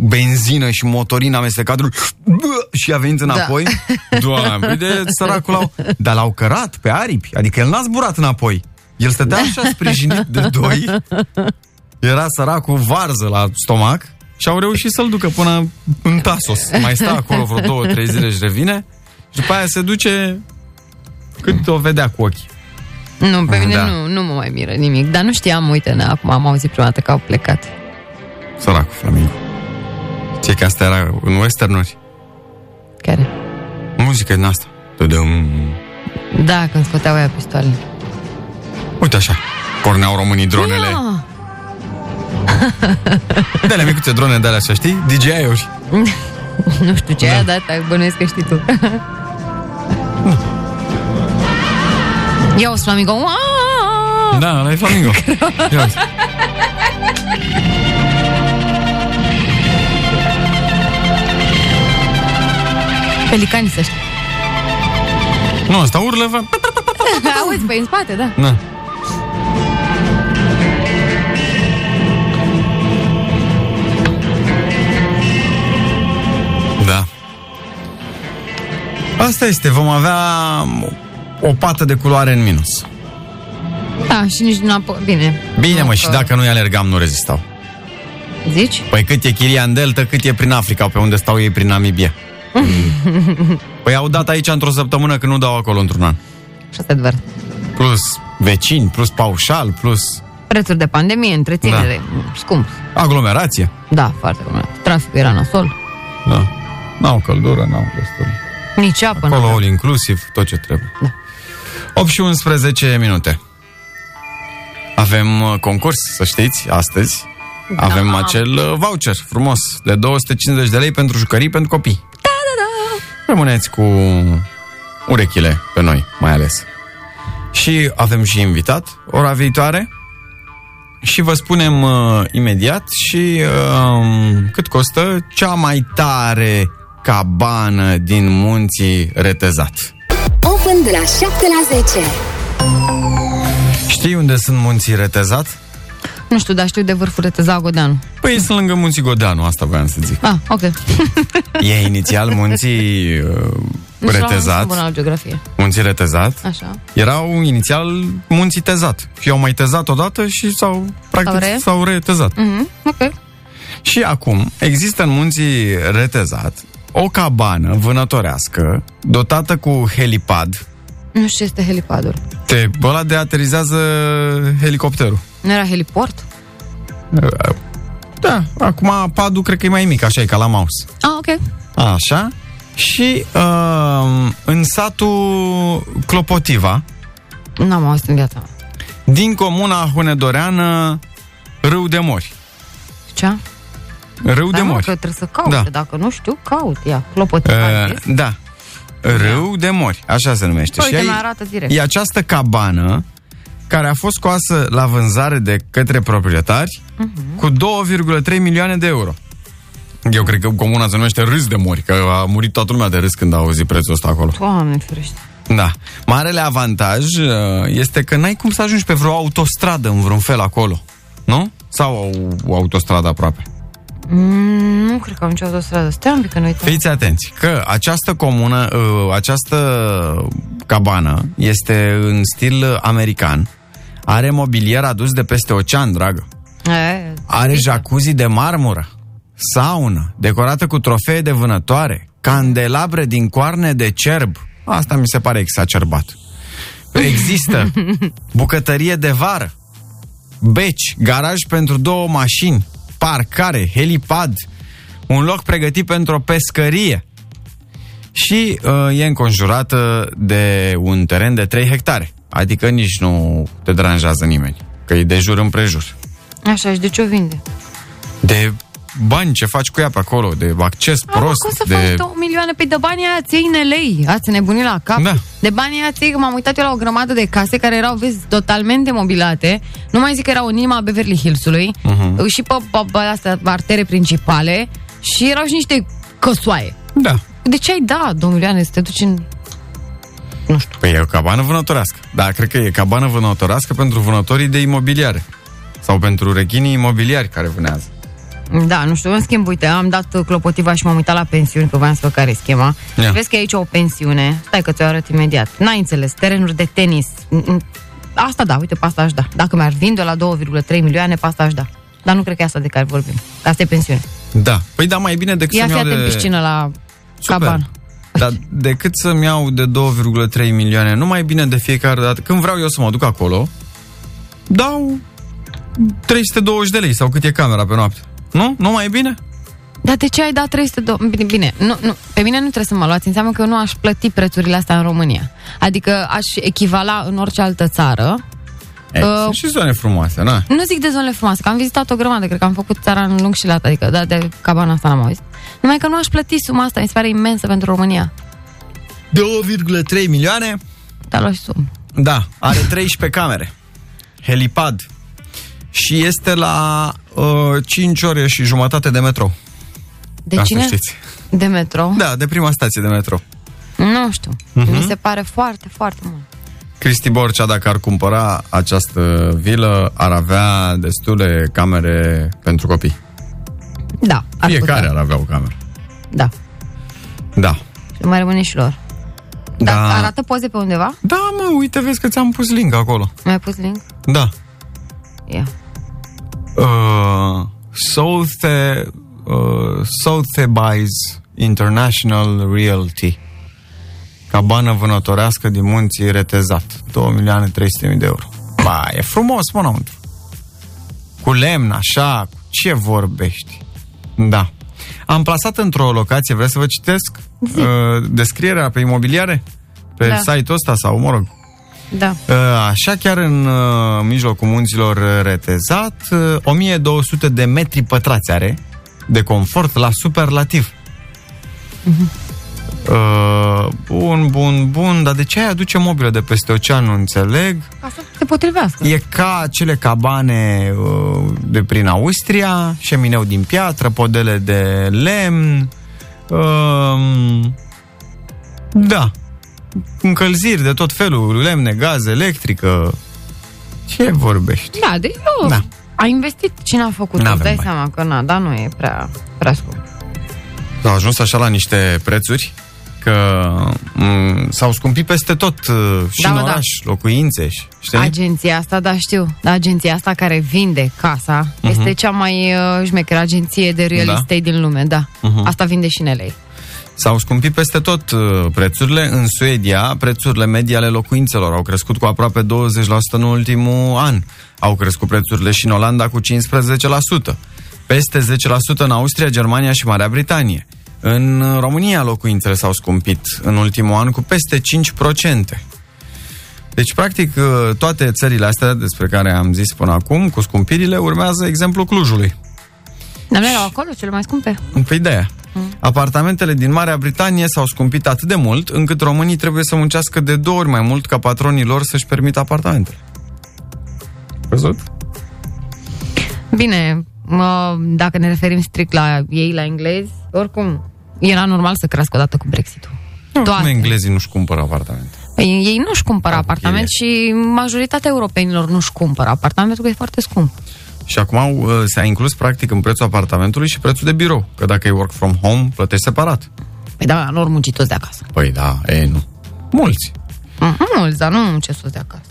Speaker 2: benzină și motorină amestecată bă, și a venit înapoi. Da. Doamne, păi de săracul l-au... Dar l-au cărat pe aripi, adică el n-a zburat înapoi. El stătea așa sprijinit de doi, era săracul varză la stomac și au reușit să-l ducă până în Tasos. Mai sta acolo vreo două, trei zile și revine și după aia se duce cât o vedea cu ochii.
Speaker 3: Nu, pe mine
Speaker 2: Da.
Speaker 3: nu, nu mă mai miră nimic. Dar nu știam, uite, na, acum am auzit prima dată că au plecat.
Speaker 2: Săracul flamingo. Ce că asta era în westernuri.
Speaker 3: Care?
Speaker 2: Muzică din asta. Tudum.
Speaker 3: Da, când scoteau aia pistoalele.
Speaker 2: Uite așa. Porneau românii dronele.
Speaker 3: Ah,
Speaker 2: De alea micuțe drone de alea așa, știi? DJI-uri.
Speaker 3: nu știu ce da. aia, dar da, bănuiesc că știi tu. Ia o flamingo. Uaaaa!
Speaker 2: Da, ăla e flamingo. Ia uite.
Speaker 3: Pelicanii să știi.
Speaker 2: nu, asta urlă. va-
Speaker 3: Auzi, pe în spate, da.
Speaker 2: Na. Da. Asta este, vom avea o pată de culoare în minus.
Speaker 3: Da, și nici nu apă. Bine.
Speaker 2: Bine, mă,
Speaker 3: Că-
Speaker 2: și dacă nu-i alergam, nu rezistau.
Speaker 3: Zici?
Speaker 2: Păi cât e chiria în delta, cât e prin Africa, pe unde stau ei prin Namibia. păi au dat aici într-o săptămână, că nu dau acolo într-un an.
Speaker 3: Și asta adevărat.
Speaker 2: Plus vecini, plus paușal, plus
Speaker 3: Prețuri de pandemie, întreținere, da. scump.
Speaker 2: aglomerație.
Speaker 3: Da, foarte mult. Traficul era nasol.
Speaker 2: Da. N-au căldură, n-au destul.
Speaker 3: Nici apă.
Speaker 2: Acolo
Speaker 3: n-avea.
Speaker 2: all inclusiv, tot ce trebuie.
Speaker 3: Da.
Speaker 2: 8 și 11 minute. Avem uh, concurs, să știți, astăzi. Avem acel uh, voucher frumos de 250 de lei pentru jucării pentru copii. Da, da, da. Rămâneți cu urechile pe noi, mai ales. Și avem și invitat ora viitoare. Și vă spunem uh, imediat și uh, cât costă cea mai tare cabană din munții retezat.
Speaker 1: Open de la 7 la 10.
Speaker 2: Știi unde sunt munții retezat?
Speaker 3: Nu știu, dar știu de vârful Retezago de anul.
Speaker 2: Păi sunt lângă munții Godeanu, asta voiam să zic.
Speaker 3: Ah, ok.
Speaker 2: E inițial munții uh,
Speaker 3: Nu știu, Nu bună
Speaker 2: retezat,
Speaker 3: la geografie.
Speaker 2: munții retezat,
Speaker 3: Așa.
Speaker 2: erau inițial munții tezat. Și au mai tezat odată și s-au, practic,
Speaker 3: re-
Speaker 2: s-au retezat.
Speaker 3: Mm-hmm. Ok.
Speaker 2: Și acum există în munții retezat o cabană vânătorească dotată cu helipad.
Speaker 3: Nu știu ce este helipadul.
Speaker 2: Te, ăla de aterizează helicopterul.
Speaker 3: Nu era heliport?
Speaker 2: Da, acum padul cred că e mai mic, așa e ca la mouse.
Speaker 3: Ah, ok.
Speaker 2: Așa. Și uh, în satul Clopotiva,
Speaker 3: N-am auzit în viața mea.
Speaker 2: din comuna Hunedoreană, Râu de Mori.
Speaker 3: Ce?
Speaker 2: Râu de
Speaker 3: Dar mă,
Speaker 2: Mori.
Speaker 3: că trebuie să caut.
Speaker 2: Da.
Speaker 3: Da. Dacă nu știu, caut. Ia, clopotit.
Speaker 2: Uh,
Speaker 3: Uh,
Speaker 2: da. Râu de Mori, așa se numește.
Speaker 3: Da. Uite,
Speaker 2: Și
Speaker 3: mi
Speaker 2: ai-
Speaker 3: arată direct.
Speaker 2: deci E această cabană care a fost scoasă la vânzare de către proprietari
Speaker 3: Mhm.
Speaker 2: uh-huh. cu 2,3 milioane de euro. Eu cred că comuna se numește Râs de Mori, că a murit toată lumea de râs când a auzit prețul ăsta acolo.
Speaker 3: Doamne ferește.
Speaker 2: Da. Marele avantaj uh, este că n-ai cum să ajungi pe vreo autostradă în vreun fel acolo. Nu? Sau o, o autostradă aproape.
Speaker 3: Mm, nu cred că am nicio autostradă. Stai un pic că nu uităm.
Speaker 2: Fiți atenți că această comună, uh, această cabană este în stil american. Are mobilier adus de peste ocean, dragă.
Speaker 3: E,
Speaker 2: Are jacuzzi de marmură, saună, decorată cu trofee de vânătoare, candelabre din coarne de cerb. Asta mi se pare exacerbat. Există bucătărie de vară, beci, garaj pentru două mașini, parcare, helipad, un loc pregătit pentru o pescărie și uh, e înconjurată de un teren de 3 hectare. Adică nici nu te deranjează nimeni, că e de jur împrejur
Speaker 3: Așa, și de ce o vinde?
Speaker 2: de bani ce faci cu ea pe acolo, de acces
Speaker 3: Ah,
Speaker 2: prost,
Speaker 3: cum să de...
Speaker 2: de...
Speaker 3: faci 2 milioane? Păi de banii aia ți iei în lei. Ați nebunit la cap.
Speaker 2: Da.
Speaker 3: De banii aia ți iei, că m-am uitat eu la o grămadă de case care erau, vezi, totalmente mobilate. Nu mai zic că erau în inima Beverly Hills-ului
Speaker 2: Mhm.
Speaker 3: uh-huh. și pe, pe, pe astea, pe artere principale și erau și niște căsoaie.
Speaker 2: Da.
Speaker 3: De ce ai da 2 milioane să te duci în...
Speaker 2: Păi e o cabană vânătorească. Da, cred că e cabană vânătorească pentru vânătorii de imobiliare. Sau pentru rechinii imobiliari care vânează.
Speaker 3: Da, nu știu, în schimb, uite, am dat uh, clopotiva și m-am uitat la pensiuni, că v-am spus care e schema.
Speaker 2: Ia.
Speaker 3: Yeah. Vezi că e aici o pensiune, stai că ți-o arăt imediat. N-ai înțeles, terenuri de tenis. Mm, mm. Asta da, uite, pe asta aș da. Dacă mi-ar vinde la 2,3 milioane, pe asta aș da. Dar nu cred că e asta de care vorbim. Că Asta e pensiune.
Speaker 2: Da. Păi da, mai e bine decât
Speaker 3: Ia
Speaker 2: să-mi
Speaker 3: fi
Speaker 2: iau
Speaker 3: atent
Speaker 2: de...
Speaker 3: de... piscină la
Speaker 2: Super.
Speaker 3: cabană.
Speaker 2: Dar decât să-mi iau de 2,3 milioane, nu mai bine de fiecare dată. Când vreau eu să mă duc acolo, dau 320 de lei sau cât e camera pe noapte. Nu? Nu mai e bine?
Speaker 3: Dar de ce ai dat 302? Bine, bine. Nu, nu. Pe mine nu trebuie să mă luați. Înseamnă că eu nu aș plăti prețurile astea în România. Adică aș echivala în orice altă țară.
Speaker 2: E,
Speaker 3: Uh,
Speaker 2: Sunt și zone frumoase, na.
Speaker 3: Nu zic de zonele frumoase, că am vizitat o grămadă, cred că am făcut țara în lung și lat, adică da, de cabana asta n-am auzit. Numai că nu aș plăti suma asta, mi se pare imensă pentru România.
Speaker 2: 2,3 milioane?
Speaker 3: Dar luat și sumă.
Speaker 2: Da, are 13 camere. Helipad. Și este la uh, 5 ore și jumătate de metrou.
Speaker 3: De
Speaker 2: Asta
Speaker 3: cine?
Speaker 2: știți.
Speaker 3: De metro?
Speaker 2: Da, Mhm. de prima stație de metrou.
Speaker 3: Nu știu. Uh-huh. Mi se pare foarte, foarte mult.
Speaker 2: Cristi Borcea, dacă ar cumpăra această vilă, ar avea destule camere pentru copii.
Speaker 3: Da, ar
Speaker 2: Fiecare
Speaker 3: putea.
Speaker 2: ar avea o cameră.
Speaker 3: Da.
Speaker 2: Da.
Speaker 3: Le mai rămâne și lor. Dar da. arată poze pe undeva?
Speaker 2: Da, mă, uite, vezi că ți-am pus link acolo.
Speaker 3: Mi-ai pus link?
Speaker 2: Da.
Speaker 3: Ia.
Speaker 2: Uh, South, uh, Sotheby's International Realty. Cabană vânătorească din munții Retezat. 2.300.000 de euro. Ba, e frumos, mă, înăuntru. Cu lemn, așa, cu ce vorbești? Da. Am plasat într-o locație, vreți să vă citesc uh, descrierea pe imobiliare? Pe da.
Speaker 3: Da.
Speaker 2: site-ul ăsta sau, mă rog,
Speaker 3: Da.
Speaker 2: Uh, Așa, chiar în uh, mijlocul munților uh, retezat, uh, 1200 de metri pătrați are de confort la superlativ. Uh, bun, bun, bun, dar de ce ai aduce mobilă de peste ocean, nu înțeleg.
Speaker 3: Ca să se potrivească.
Speaker 2: E ca cele cabane uh, de prin Austria, șemineu din piatră, podele de lemn. Um, da. Încălziri de tot felul, lemne, gaz, electrică. Ce vorbești?
Speaker 3: Da, de eu...
Speaker 2: Da.
Speaker 3: Da. A investit cine a făcut?
Speaker 2: N-avem
Speaker 3: Îți dai
Speaker 2: bani.
Speaker 3: seama că na, da, nu e prea, prea scump.
Speaker 2: Au ajuns așa la niște prețuri că m- s-au scumpit peste tot uh, și
Speaker 3: Da,
Speaker 2: da, în
Speaker 3: mă, da.
Speaker 2: oraș, da. locuințe și, știi?
Speaker 3: Agenția asta, da, știu. Da, agenția asta care vinde casa uh-huh. este cea mai uh, șmecheră agenție de real
Speaker 2: Mhm. Da.
Speaker 3: estate din lume, da.
Speaker 2: Mhm.
Speaker 3: Uh-huh. Asta vinde și în LA.
Speaker 2: S-au scumpit peste tot uh, prețurile. În Suedia, prețurile medii ale locuințelor au crescut cu aproape 20% în ultimul an. Au crescut prețurile și în Olanda cu 15%. Peste 10% în Austria, Germania și Marea Britanie. În uh, România locuințele s-au scumpit în ultimul an cu peste 5%. Deci, practic, uh, toate țările astea despre care am zis până acum, cu scumpirile, urmează exemplu Clujului.
Speaker 3: Dar nu erau acolo cele mai scumpe?
Speaker 2: Păi de aia.
Speaker 3: Mm.
Speaker 2: Apartamentele din Marea Britanie s-au scumpit atât de mult încât românii trebuie să muncească de două ori mai mult ca patronii lor să-și permită apartamentele. Văzut?
Speaker 3: Bine, mă, dacă ne referim strict la ei, la englezi, oricum, era normal să crească odată cu Brexit-ul.
Speaker 2: Cum
Speaker 3: Toate.
Speaker 2: englezii nu-și cumpără apartamente.
Speaker 3: Ei, ei nu-și cumpără
Speaker 2: Da, cu
Speaker 3: apartament și majoritatea europenilor nu-și cumpără apartament pentru că e foarte scump.
Speaker 2: Și acum au, uh, s-a inclus practic în prețul apartamentului și prețul de birou. Că dacă e work from home, plătești separat.
Speaker 3: Păi da, nu ori munci toți de acasă.
Speaker 2: Păi da, e nu. Mulți.
Speaker 3: Mm, Mulți, dar nu muncesc toți de acasă.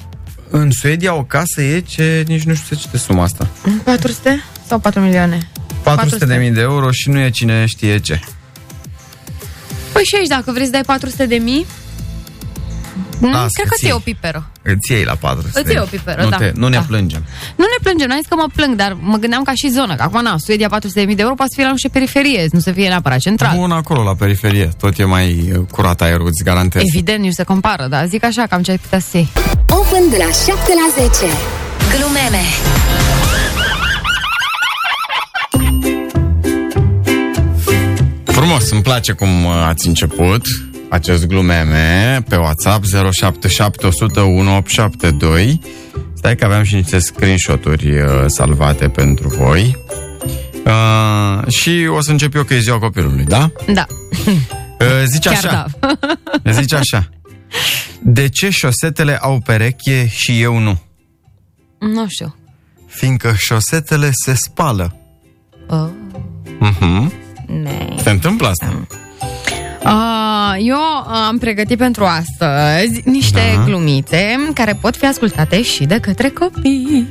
Speaker 2: În Suedia o casă e ce nici nu știu să citesc suma asta.
Speaker 3: 400 sau 4 milioane?
Speaker 2: 400 de mii de euro și nu e cine știe ce.
Speaker 3: Păi și aici, dacă vrei să dai 400 de mii, nu,
Speaker 2: Lasă,
Speaker 3: cred că
Speaker 2: ții.
Speaker 3: ți o piperă.
Speaker 2: Îți iei la 400
Speaker 3: Îți
Speaker 2: de
Speaker 3: iei
Speaker 2: mii.
Speaker 3: o piperă,
Speaker 2: nu
Speaker 3: da.
Speaker 2: Te, nu ne
Speaker 3: Da.
Speaker 2: plângem.
Speaker 3: Nu ne plângem, n-am zis că mă plâng, dar mă gândeam ca și zonă. Că acum, na, Suedia 400 de mii de euro poate să fie la niște periferie, nu să fie neapărat central.
Speaker 2: Bun, acolo, la periferie. Tot e mai uh, curat aerul, îți garantez.
Speaker 3: Evident, nu se compară, dar zic așa, cam ce ai putea să iei.
Speaker 1: Open de la 7 la 10. Glumeme.
Speaker 2: Frumos, îmi place cum uh, ați început acest glumeme pe WhatsApp 0771801872. Stai că aveam și niște screenshot-uri uh, salvate pentru voi. Uh, și o să încep eu că e ziua copilului, da?
Speaker 3: Da,
Speaker 2: Uh, zice
Speaker 3: chiar
Speaker 2: așa.
Speaker 3: da.
Speaker 2: Zice așa. De ce șosetele au pereche și eu nu?
Speaker 3: nu știu.
Speaker 2: Fiindcă șosetele se spală.
Speaker 3: Uh,
Speaker 11: Mhm.
Speaker 3: Ne.
Speaker 11: Se întâmplă
Speaker 3: Mm.
Speaker 11: asta?
Speaker 3: Uh, eu am pregătit pentru astăzi niște da. glumițe care pot fi ascultate și de către copii.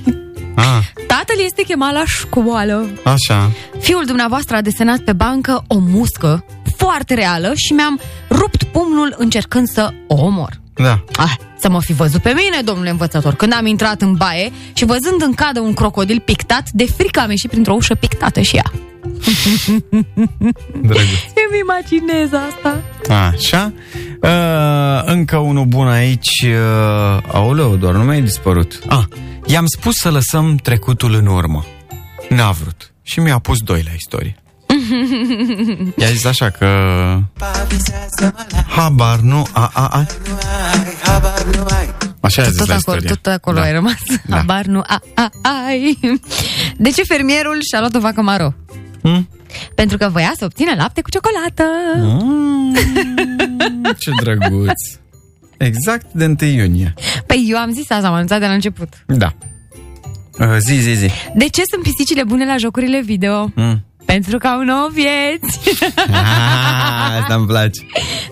Speaker 11: Ah,
Speaker 3: Tatăl este chemat la școală.
Speaker 11: așa.
Speaker 3: Fiul dumneavoastră a desenat pe bancă o muscă foarte reală și mi-am rupt pumnul încercând să o omor.
Speaker 11: Da.
Speaker 3: Ah, să mă fi văzut pe mine, domnule învățător, când am intrat în baie și văzând în cadă un crocodil pictat, de frică am ieșit printr-o ușă pictată și ea.
Speaker 11: Drăguț.
Speaker 3: Îmi imaginez asta.
Speaker 2: Așa. Uh, încă unul bun aici. Uh, aoleu, doar nu mi-ai dispărut. Ah, i-am spus să lăsăm trecutul în urmă. N-a vrut. Și mi-a pus doi la istorie.
Speaker 11: I-a zis așa că... Habar nu a, a, a. Așa a zis
Speaker 3: Tot
Speaker 11: la
Speaker 3: acolo,
Speaker 11: istorie.
Speaker 3: tot acolo
Speaker 11: da.
Speaker 3: da. ai rămas.
Speaker 11: Da.
Speaker 3: Da. Abar nu. A, a, ai. De ce fermierul și-a luat o vacă maro?
Speaker 11: Hmm?
Speaker 3: Pentru că voia să obțină lapte cu ciocolată.
Speaker 11: Mm, ce drăguț.
Speaker 2: Exact de 1 iunie.
Speaker 3: Păi eu am zis asta, am anunțat de la început.
Speaker 2: Da. Uh, zi, zi, zi.
Speaker 3: De ce sunt pisicile bune la jocurile video?
Speaker 2: Mm.
Speaker 3: Pentru că au nouă vieți.
Speaker 2: Ah, asta îmi place.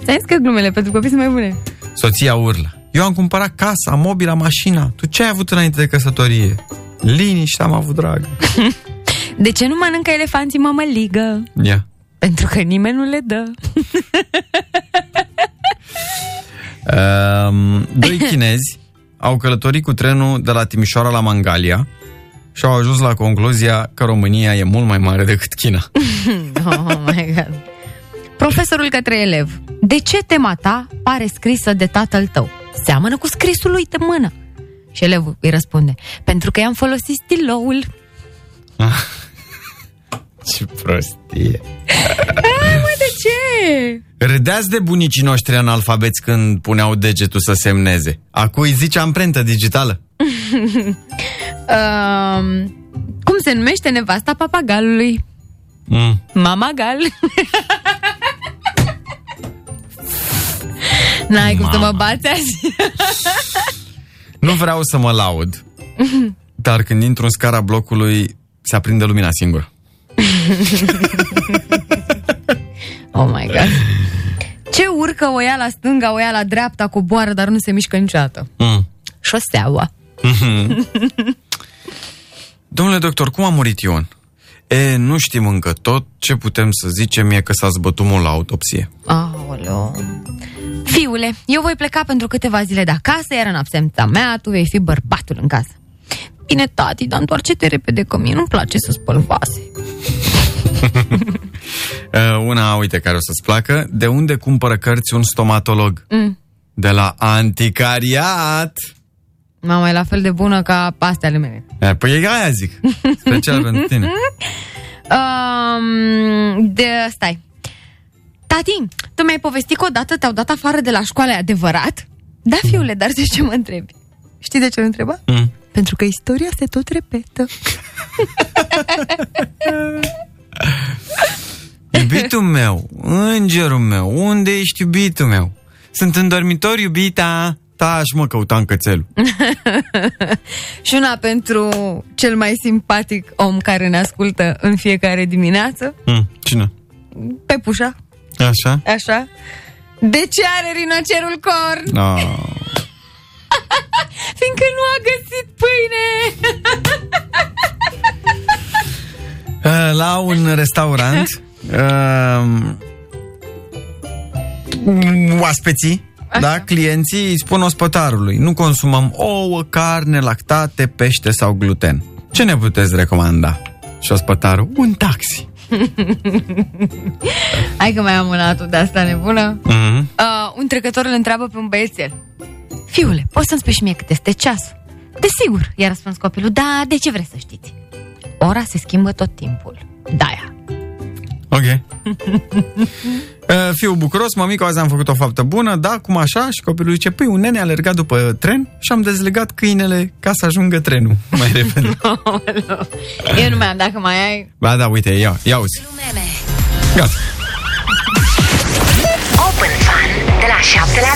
Speaker 3: Ți-am zis că glumele pentru copii sunt mai bune.
Speaker 2: Soția urlă. Eu am cumpărat casa, mobila, mașina. Tu ce ai avut înainte de căsătorie? Liniște am avut, drag.
Speaker 3: De ce nu mănâncă elefanții mămăligă?
Speaker 2: Ia.
Speaker 3: Pentru că nimeni nu le dă.
Speaker 2: Um, doi chinezi au călătorit cu trenul de la Timișoara la Mangalia și au ajuns la concluzia că România e mult mai mare decât China.
Speaker 3: Oh my God. Profesorul către elev. De ce tema ta pare scrisă de tatăl tău? Seamănă cu scrisul lui de mână. Și elevul îi răspunde. Pentru că i-am folosit stiloul.
Speaker 11: Ce prostie.
Speaker 3: De ce?
Speaker 2: Râdeați de bunicii noștri analfabeți când puneau degetul să semneze. Acu îi zice amprentă digitală.
Speaker 3: Um, cum se numește nevasta papagalului?
Speaker 11: Mm.
Speaker 3: Mama gal. N-ai cum să mă bați azi.
Speaker 2: Nu vreau să mă laud, dar când intru în scara blocului, se aprinde lumina singură.
Speaker 3: Oh my God. Ce urcă o ia la stânga, o ia la dreapta, coboară, dar nu se mișcă niciodată?
Speaker 11: Mm.
Speaker 3: Șoseaua.
Speaker 2: Domnule doctor, cum a murit Ion? E, nu știm încă tot. Ce putem să zicem e că s-a zbătut mult la autopsie.
Speaker 3: Aoleo. Fiule, eu voi pleca pentru câteva zile de acasă, iar în absența mea tu vei fi bărbatul în casă. Bine, tati, dar întoarce-te repede că mie nu-mi place să spăl vase.
Speaker 2: Uh, Una, uite, care o să-ți placă. De unde cumpără cărți un stomatolog?
Speaker 3: Mm.
Speaker 2: De la anticariat!
Speaker 3: Mama e la fel de bună ca astea ale mele.
Speaker 2: Eh, Păi e aia zic. Special pentru tine.
Speaker 3: Um, de, stai. Tati, tu mi-ai povestit că odată te-au dat afară de la școală, e adevărat? Da, fiule, dar de ce mă întrebi? Știi de ce mă întreba?
Speaker 2: Mm.
Speaker 3: Pentru că istoria se tot repetă.
Speaker 2: Iubitul meu, îngerul meu, unde ești iubitul meu? Sunt în dormitor, iubita! Taci, mă, căutam cățelul.
Speaker 3: Și una pentru cel mai simpatic om care ne ascultă în fiecare dimineață,
Speaker 2: Mm, cine?
Speaker 3: pe pușa,
Speaker 2: Așa?
Speaker 3: așa. De ce are rinocerul corn?
Speaker 2: Oh.
Speaker 3: Fiindcă nu a găsit pâine!
Speaker 2: La un restaurant, um, oaspeții, da, clienții îi spun ospătarului, nu consumăm ouă, carne, lactate, pește sau gluten. Ce ne puteți recomanda? Și ospătarul, un taxi.
Speaker 3: Hai că mai am un altul de asta nebună.
Speaker 2: Mm-hmm.
Speaker 3: Uh, un trecător îl întreabă pe un băiețel. Fiule, poți să-mi spui și mie cât este ceasul? Desigur, i-a răspuns copilul. Da, de ce vrei să știți? Ora se schimbă tot timpul. Daia.
Speaker 2: Ok. Uh, Fiu bucuros, mămică, azi am făcut o faptă bună, da, cum așa? Și copilul zice, păi un nene a alergat după tren și am dezlegat câinele ca să ajungă trenul mai repede.
Speaker 3: Eu nu mai am, dacă mai ai...
Speaker 2: ba da, uite, ia, ia uzi.
Speaker 1: Glumeme.
Speaker 2: Gata.
Speaker 1: Open Fun de la 7 la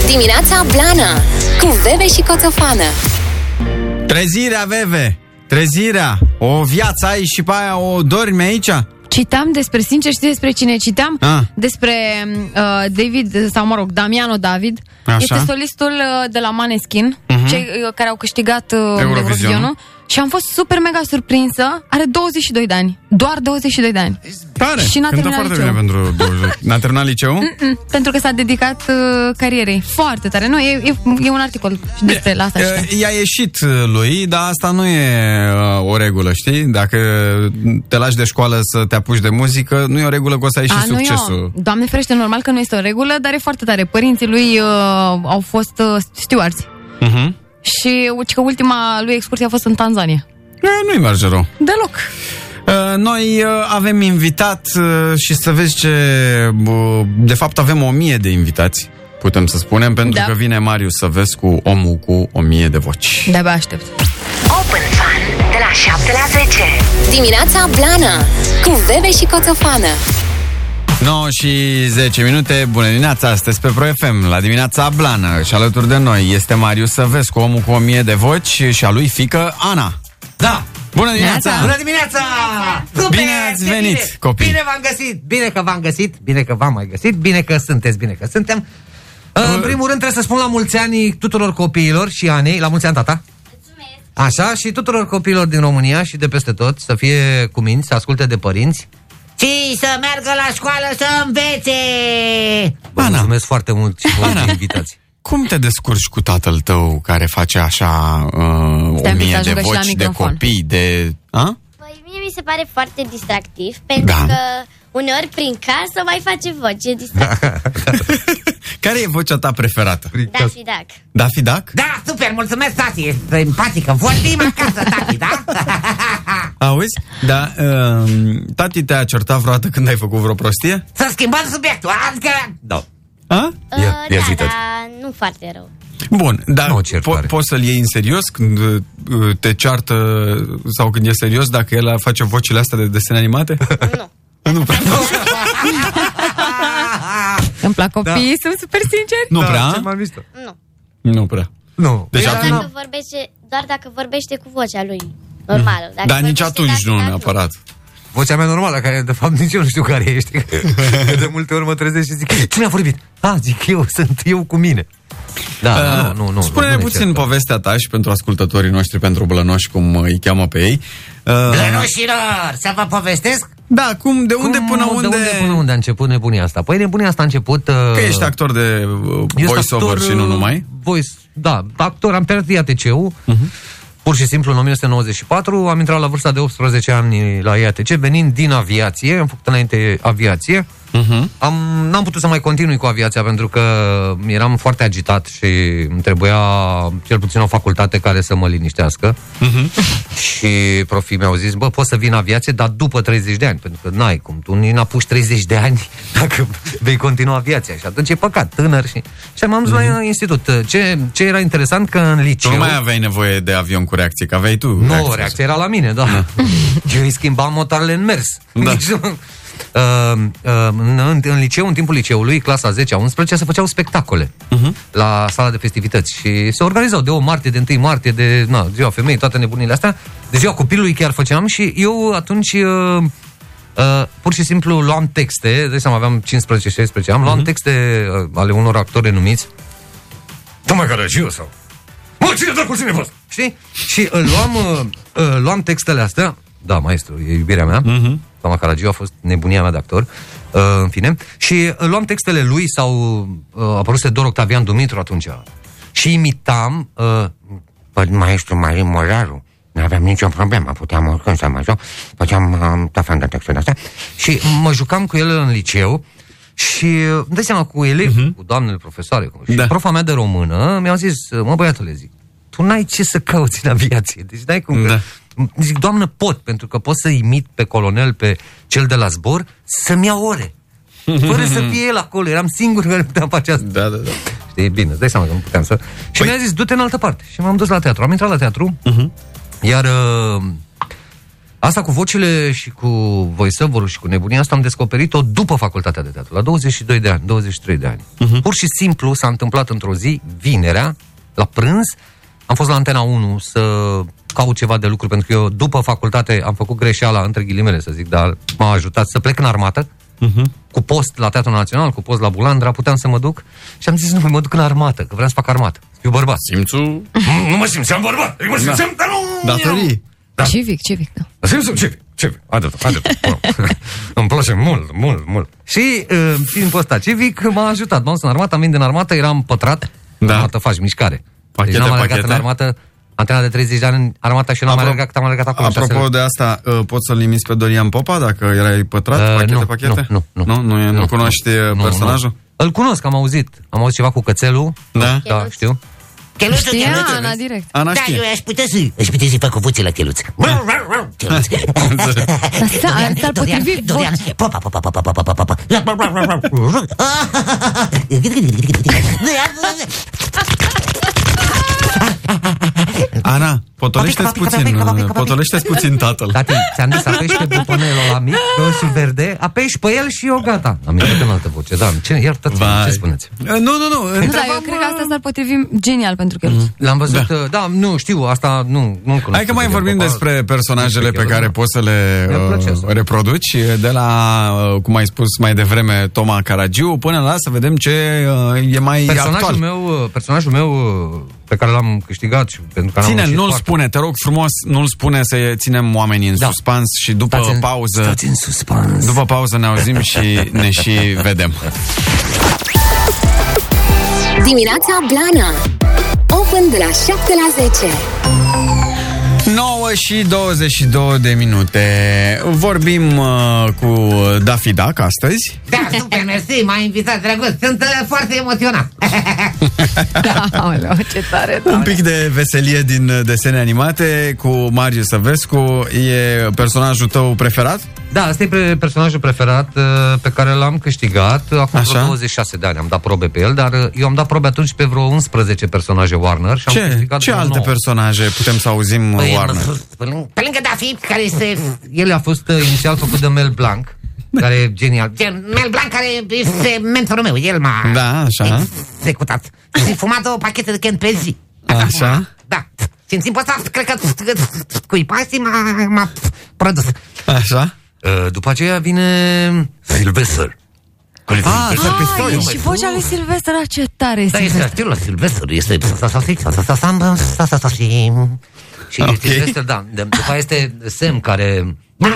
Speaker 1: 10. Dimineața Blana cu Bebe și Coțofană.
Speaker 2: Trezirea, Veve! Trezirea! O viață ai și pe aia o dormi aici?
Speaker 3: Citeam despre, sincer, știi despre cine citeam?
Speaker 2: Ah.
Speaker 3: Despre uh, David, sau mă rog, Damiano David.
Speaker 2: Așa. Mhm.
Speaker 3: Este solistul uh, de la Maneskin, uh-huh. cei uh, care au câștigat uh,
Speaker 2: Eurovizionul.
Speaker 3: Eurovizionul. Și am fost super mega surprinsă. Are 22 de ani. Doar 22 de ani.
Speaker 2: Tare.
Speaker 3: Și n-a
Speaker 2: Cântă
Speaker 3: terminat
Speaker 2: foarte
Speaker 3: liceul.
Speaker 2: bine pentru 20. N-a terminat liceul?
Speaker 3: Mm, Pentru că s-a dedicat uh, carierei. Foarte tare. Nu, e, e, e un articol despre la asta.
Speaker 2: Uh, I-a ieșit uh, lui, dar asta nu e uh, o regulă, știi? Dacă te lași de școală să te apuci de muzică, nu e o regulă că o să ai și
Speaker 3: nu eu.
Speaker 2: succesul.
Speaker 3: Doamne ferește, normal că nu este o regulă, dar e foarte tare. Părinții lui uh, au fost uh, stewards.
Speaker 2: Uh-huh.
Speaker 3: Și uh, că ultima lui excursie a fost în Tanzania.
Speaker 2: E, Nu-i merge rău.
Speaker 3: Deloc.
Speaker 2: Uh, Noi uh, avem invitat uh, și să vezi ce... uh, De fapt avem o mie de invitați, putem să spunem, pentru
Speaker 3: Da.
Speaker 2: că vine Marius Săvescu, omul cu o mie de voci.
Speaker 3: De-abia aștept.
Speaker 1: Open Fun de la 7 la 10. Dimineața Blana cu Bebe și Coțofană.
Speaker 2: 9 și 10 minute, bună dimineața, astăzi pe Pro FM, la dimineața Blană și alături de noi este Marius Săvescu, omul cu o mie de voci și a lui fică Ana. Da! Bună dimineața!
Speaker 12: Bună dimineața! Super!
Speaker 2: Bine ați venit,
Speaker 12: bine.
Speaker 2: copii.
Speaker 12: Bine v-am găsit! Bine că v-am găsit, bine că v-am mai găsit, bine că sunteți, bine că suntem. În primul rând trebuie să spun la mulți ani tuturor copiilor și Anei, la mulți ani tata. Așa, și tuturor copiilor din România și de peste tot, să fie cu minți, să asculte de părinți. Și să meargă la școală să învețe! Vă
Speaker 2: Ana.
Speaker 12: mulțumesc foarte mult și vă
Speaker 2: Ana.
Speaker 12: invitați.
Speaker 2: Cum te descurci cu tatăl tău care face așa uh, o
Speaker 3: Stai un pic să
Speaker 2: mie de
Speaker 3: ajungă și la
Speaker 2: voci, de
Speaker 3: microfon.
Speaker 2: copii, de... A?
Speaker 13: Păi mie mi se pare foarte distractiv, pentru
Speaker 2: Da.
Speaker 13: că uneori prin casă mai face voce distractiv.
Speaker 2: Care e vocea ta preferată?
Speaker 13: da, fi dac.
Speaker 2: Da, fi dac?
Speaker 12: Da, super, mulțumesc, tati, ești empatică. Vorbim acasă, tati, da?
Speaker 2: Auzi? Da, uh, tati te-a certat vreodată când ai făcut vreo prostie?
Speaker 12: Să schimbăm subiectul, adică... Da.
Speaker 2: A?
Speaker 13: Uh,
Speaker 12: ia
Speaker 13: da,
Speaker 12: zi, tati.
Speaker 13: dar nu foarte rău.
Speaker 2: Bun, dar
Speaker 12: Nu o
Speaker 2: po-
Speaker 12: certare.
Speaker 2: poți să-l iei în serios când uh, te ceartă sau când e serios dacă el face vocile astea de desene animate? Nu. nu prea.
Speaker 13: Da,
Speaker 3: Îmi
Speaker 2: Da.
Speaker 3: plac copiii, sunt super sinceri.
Speaker 2: Nu prea?
Speaker 12: Ah, mișto.
Speaker 13: Nu.
Speaker 2: Nu prea.
Speaker 12: Nu.
Speaker 2: Deci
Speaker 13: Doar
Speaker 2: acum-
Speaker 13: dacă, vorbește, doar dacă vorbește cu vocea lui. Normal. Dacă
Speaker 2: Dar nici
Speaker 13: vorbește
Speaker 2: atunci
Speaker 13: dac,
Speaker 2: nu
Speaker 13: dac,
Speaker 2: neapărat.
Speaker 12: Vocea mea normală, care de fapt nici eu nu știu care ești. Că de multe ori mă trezesc și zic, cine a vorbit? A, zic eu, sunt eu cu mine. Da,
Speaker 2: Uh,
Speaker 12: nu, nu, nu.
Speaker 2: Spune-ne
Speaker 12: nu e
Speaker 2: puțin
Speaker 12: cert.
Speaker 2: povestea ta și pentru ascultătorii noștri, pentru blănoși, cum uh, îi cheamă pe ei. Uh,
Speaker 12: Blănoșilor, Ah. să vă povestesc?
Speaker 2: Da, cum, de unde
Speaker 12: Cum,
Speaker 2: până unde...
Speaker 12: De unde până unde a început nebunia asta? Păi nebunia asta a început... Uh,
Speaker 2: Că ești actor de uh, voice-over și nu numai. Mhm.
Speaker 12: Voice, da, actor, am pierdut IATC-ul. Pur și simplu, în 1994, am intrat la vârsta de 18 ani la IATC, venind din aviație, am făcut înainte aviație.
Speaker 2: Mhm.
Speaker 12: Am, n-am putut să mai continui cu aviația pentru că eram foarte agitat și îmi trebuia cel puțin o facultate care să mă liniștească. Și profii mi-au zis, bă, poți să vii în aviație, dar după 30 de ani, pentru că n-ai cum, tu nici n-apuci 30 de ani dacă vei continua aviația. Și atunci e păcat, tânăr și... Și m-am dus la institut. Ce, ce era interesant că în
Speaker 2: Mhm. Tu
Speaker 12: liceu...
Speaker 2: nu mai aveai nevoie de avion cu reacție, că aveai tu
Speaker 12: Nu, reacția era la mine, da. Eu îi schimbam motoarele în mers.
Speaker 2: Da.
Speaker 12: Deci, nu- Uh, uh, în, în- în liceu, în timpul liceului, clasa 10-11, se făceau spectacole uh-huh. la sala de festivități și se organizau de o martie, de 1 martie, de na, ziua femeii, toate nebunile astea. De ziua copilului chiar făceam și eu atunci uh, uh, pur și simplu luam texte, de seama aveam 15-16 am luam uh-huh. texte uh, ale unor actori numiți. Tocmai care și eu sau? Mă, cine dracu, cine fost? Știi? Și îl luam, uh, uh, luam textele astea. Da, maestru, e iubirea mea. Uh-huh. Doamna Caragiu a fost nebunia mea de actor. Uh, în fine. Și uh, luam textele lui sau uh, apăruse Dor Octavian Dumitru atunci. Și imitam uh, pe maestru Marin Moraru. Nu aveam nicio problemă, puteam oricând să mă joc, făceam um, tot felul de textele astea. Și mă jucam cu el în liceu și uh, îmi dai seama cu ele, uh-huh. cu doamnele profesoare, cu- și
Speaker 2: Da.
Speaker 12: da. profa mea de română mi-a zis, mă băiatule, zic, tu n-ai ce să cauți în aviație, deci n-ai cum.
Speaker 2: Da.
Speaker 12: Da. Zic, doamnă, pot, pentru că pot să imit pe colonel, pe cel de la zbor, să-mi iau ore. Fără să fie el acolo, eram singur care puteam face asta.
Speaker 2: Da, da, da.
Speaker 12: Știi, bine, îți dai seama că nu puteam să... Și
Speaker 2: Păi- Mhm.
Speaker 12: mi-a zis, du-te în altă parte. Și m-am dus la teatru. Am intrat la teatru, iar uh, asta cu vocile și cu voiceover și cu nebunia asta am descoperit-o după facultatea de teatru, la 22 de ani, 23 de ani. Pur și simplu s-a întâmplat într-o zi, vinerea, la prânz, am fost la Antena 1 să caut ceva de lucru, pentru că eu după facultate am făcut greșeala, între ghilimele să zic, dar m-a ajutat să plec în armată, uh-huh. cu post la Teatrul Național, cu post la Bulandra, puteam să mă duc și am zis, nu, mă duc în armată, că vreau să fac armată. Eu bărbat. "Mm,
Speaker 11: Simțu?
Speaker 12: Nu, nu mă simțeam bărbat, eu mă simțeam, da. dar nu...
Speaker 11: Datorii.
Speaker 12: Da.
Speaker 3: Civic, civic, da.
Speaker 12: Simpson, ce? Ce? Adevărat, adevărat. Îmi place mult, mult, mult. Și uh, timpul ăsta civic m-a ajutat. M-am dus în armată, am venit în armată, eram pătrat. Da. În armată faci mișcare.
Speaker 11: Pachete,
Speaker 12: deci n-am alergat
Speaker 11: pachete.
Speaker 12: în armată, antena de 30 de ani în armata și eu n-am alergat cât am alergat acum. șase
Speaker 2: Apropo
Speaker 12: luni.
Speaker 2: de asta, uh, poți să-l nimiți pe Dorian Popa dacă erai pătrat,
Speaker 12: Uh,
Speaker 2: pachete,
Speaker 12: nu,
Speaker 2: pachete?
Speaker 12: nu, nu,
Speaker 2: nu. Nu, e- nu, cunoști uh,
Speaker 12: Nu,
Speaker 2: personajul?
Speaker 12: Nu. Îl cunosc, am auzit. Am auzit ceva cu cățelul.
Speaker 2: Da?
Speaker 12: Da, știu.
Speaker 7: Cheluțul,
Speaker 3: Știa
Speaker 7: cheluțul.
Speaker 3: Ana direct.
Speaker 2: Ana
Speaker 7: Da, eu aș putea să, aș putea să fac o voce la cheluț. Cheluț.
Speaker 3: Asta ar s-ar
Speaker 7: Dorian,
Speaker 3: potrivi
Speaker 7: Dorian,
Speaker 3: vocea.
Speaker 7: popa, popa, popa, popa, popa, popa.
Speaker 2: Ana, potolește-ți puțin, uh, potolește-ți puțin tatăl.
Speaker 12: Tati, ți-am zis, apeși pe butonelul ăla mic, roșu verde, apeși pe el și eu gata. Am intrat în altă voce, da, ce, iertați-mă, ce spuneți?
Speaker 2: Uh, Nu, nu, uh, nu.
Speaker 3: Nu,
Speaker 2: întrebam,
Speaker 3: dar Da, eu cred că asta s-ar potrivi genial pentru că el.
Speaker 12: L-am văzut, da. da, nu, știu, asta nu, nu cunosc.
Speaker 2: Hai că mai vorbim
Speaker 12: Păi,
Speaker 2: despre personajele pe care poți să le
Speaker 12: Mi-ar plăcea
Speaker 2: uh,
Speaker 12: să-
Speaker 2: reproduci, de la, uh, cum ai spus mai devreme, Toma Caragiu, până la să vedem ce uh, e mai
Speaker 12: Personajul
Speaker 2: actual.
Speaker 12: meu, uh, personajul meu pe care l-am câștigat și pentru că
Speaker 2: Ține,
Speaker 12: am
Speaker 2: nu-l spune, te rog frumos, nu-l spune să ținem oamenii în da. suspans și după
Speaker 12: Stați în-
Speaker 2: pauză...
Speaker 12: stați în suspans.
Speaker 2: După pauză ne auzim și ne și vedem.
Speaker 1: Dimineața Blana Open de la 7 la 10
Speaker 2: 9 și 22 de minute. Vorbim uh, cu Daffy Duck astăzi.
Speaker 7: Da, super, mersi, m-a invitat, drăguț. Sunt uh, foarte emoționat.
Speaker 2: Mhm.
Speaker 3: Aoleu, ce tare,
Speaker 2: Un
Speaker 3: da.
Speaker 2: pic de veselie din uh, desene animate cu Marius Săvescu. E personajul tău preferat?
Speaker 12: Da, asta e pre- personajul preferat uh, pe care l-am câștigat acum
Speaker 2: Așa.
Speaker 12: vreo 27 de ani. Am dat probe pe el, dar uh, eu am dat probe atunci pe vreo 11 personaje Warner și am
Speaker 2: Ce,
Speaker 12: câștigat
Speaker 2: ce
Speaker 12: vreo
Speaker 2: alte
Speaker 12: 9.
Speaker 2: personaje putem să auzim, uh,
Speaker 12: Păi,
Speaker 2: Warner?
Speaker 12: Pe lângă-
Speaker 7: Pe lângă Dafi, care este
Speaker 12: El a fost uh, inițial făcut de Mel Blanc, care e genial.
Speaker 7: gen, Mel Blanc, care este mentorul meu. El m-a
Speaker 2: Da, așa.
Speaker 7: executat. Și fumat două pachete de Kent pe zi.
Speaker 2: Așa.
Speaker 7: Da. Și în timpul ăsta, cred că cu ipasii m-a, m-a produs.
Speaker 2: Așa.
Speaker 12: Uh, După aceea vine Sylvester.
Speaker 7: Ah,
Speaker 3: Ah, e și vocea lui Silvestre, ah, ce tare
Speaker 7: Da,
Speaker 3: este.
Speaker 7: este acel la Silvestru, este...
Speaker 12: Și okay. Sylvester, da. De- După aia este Sam, care... Brrr,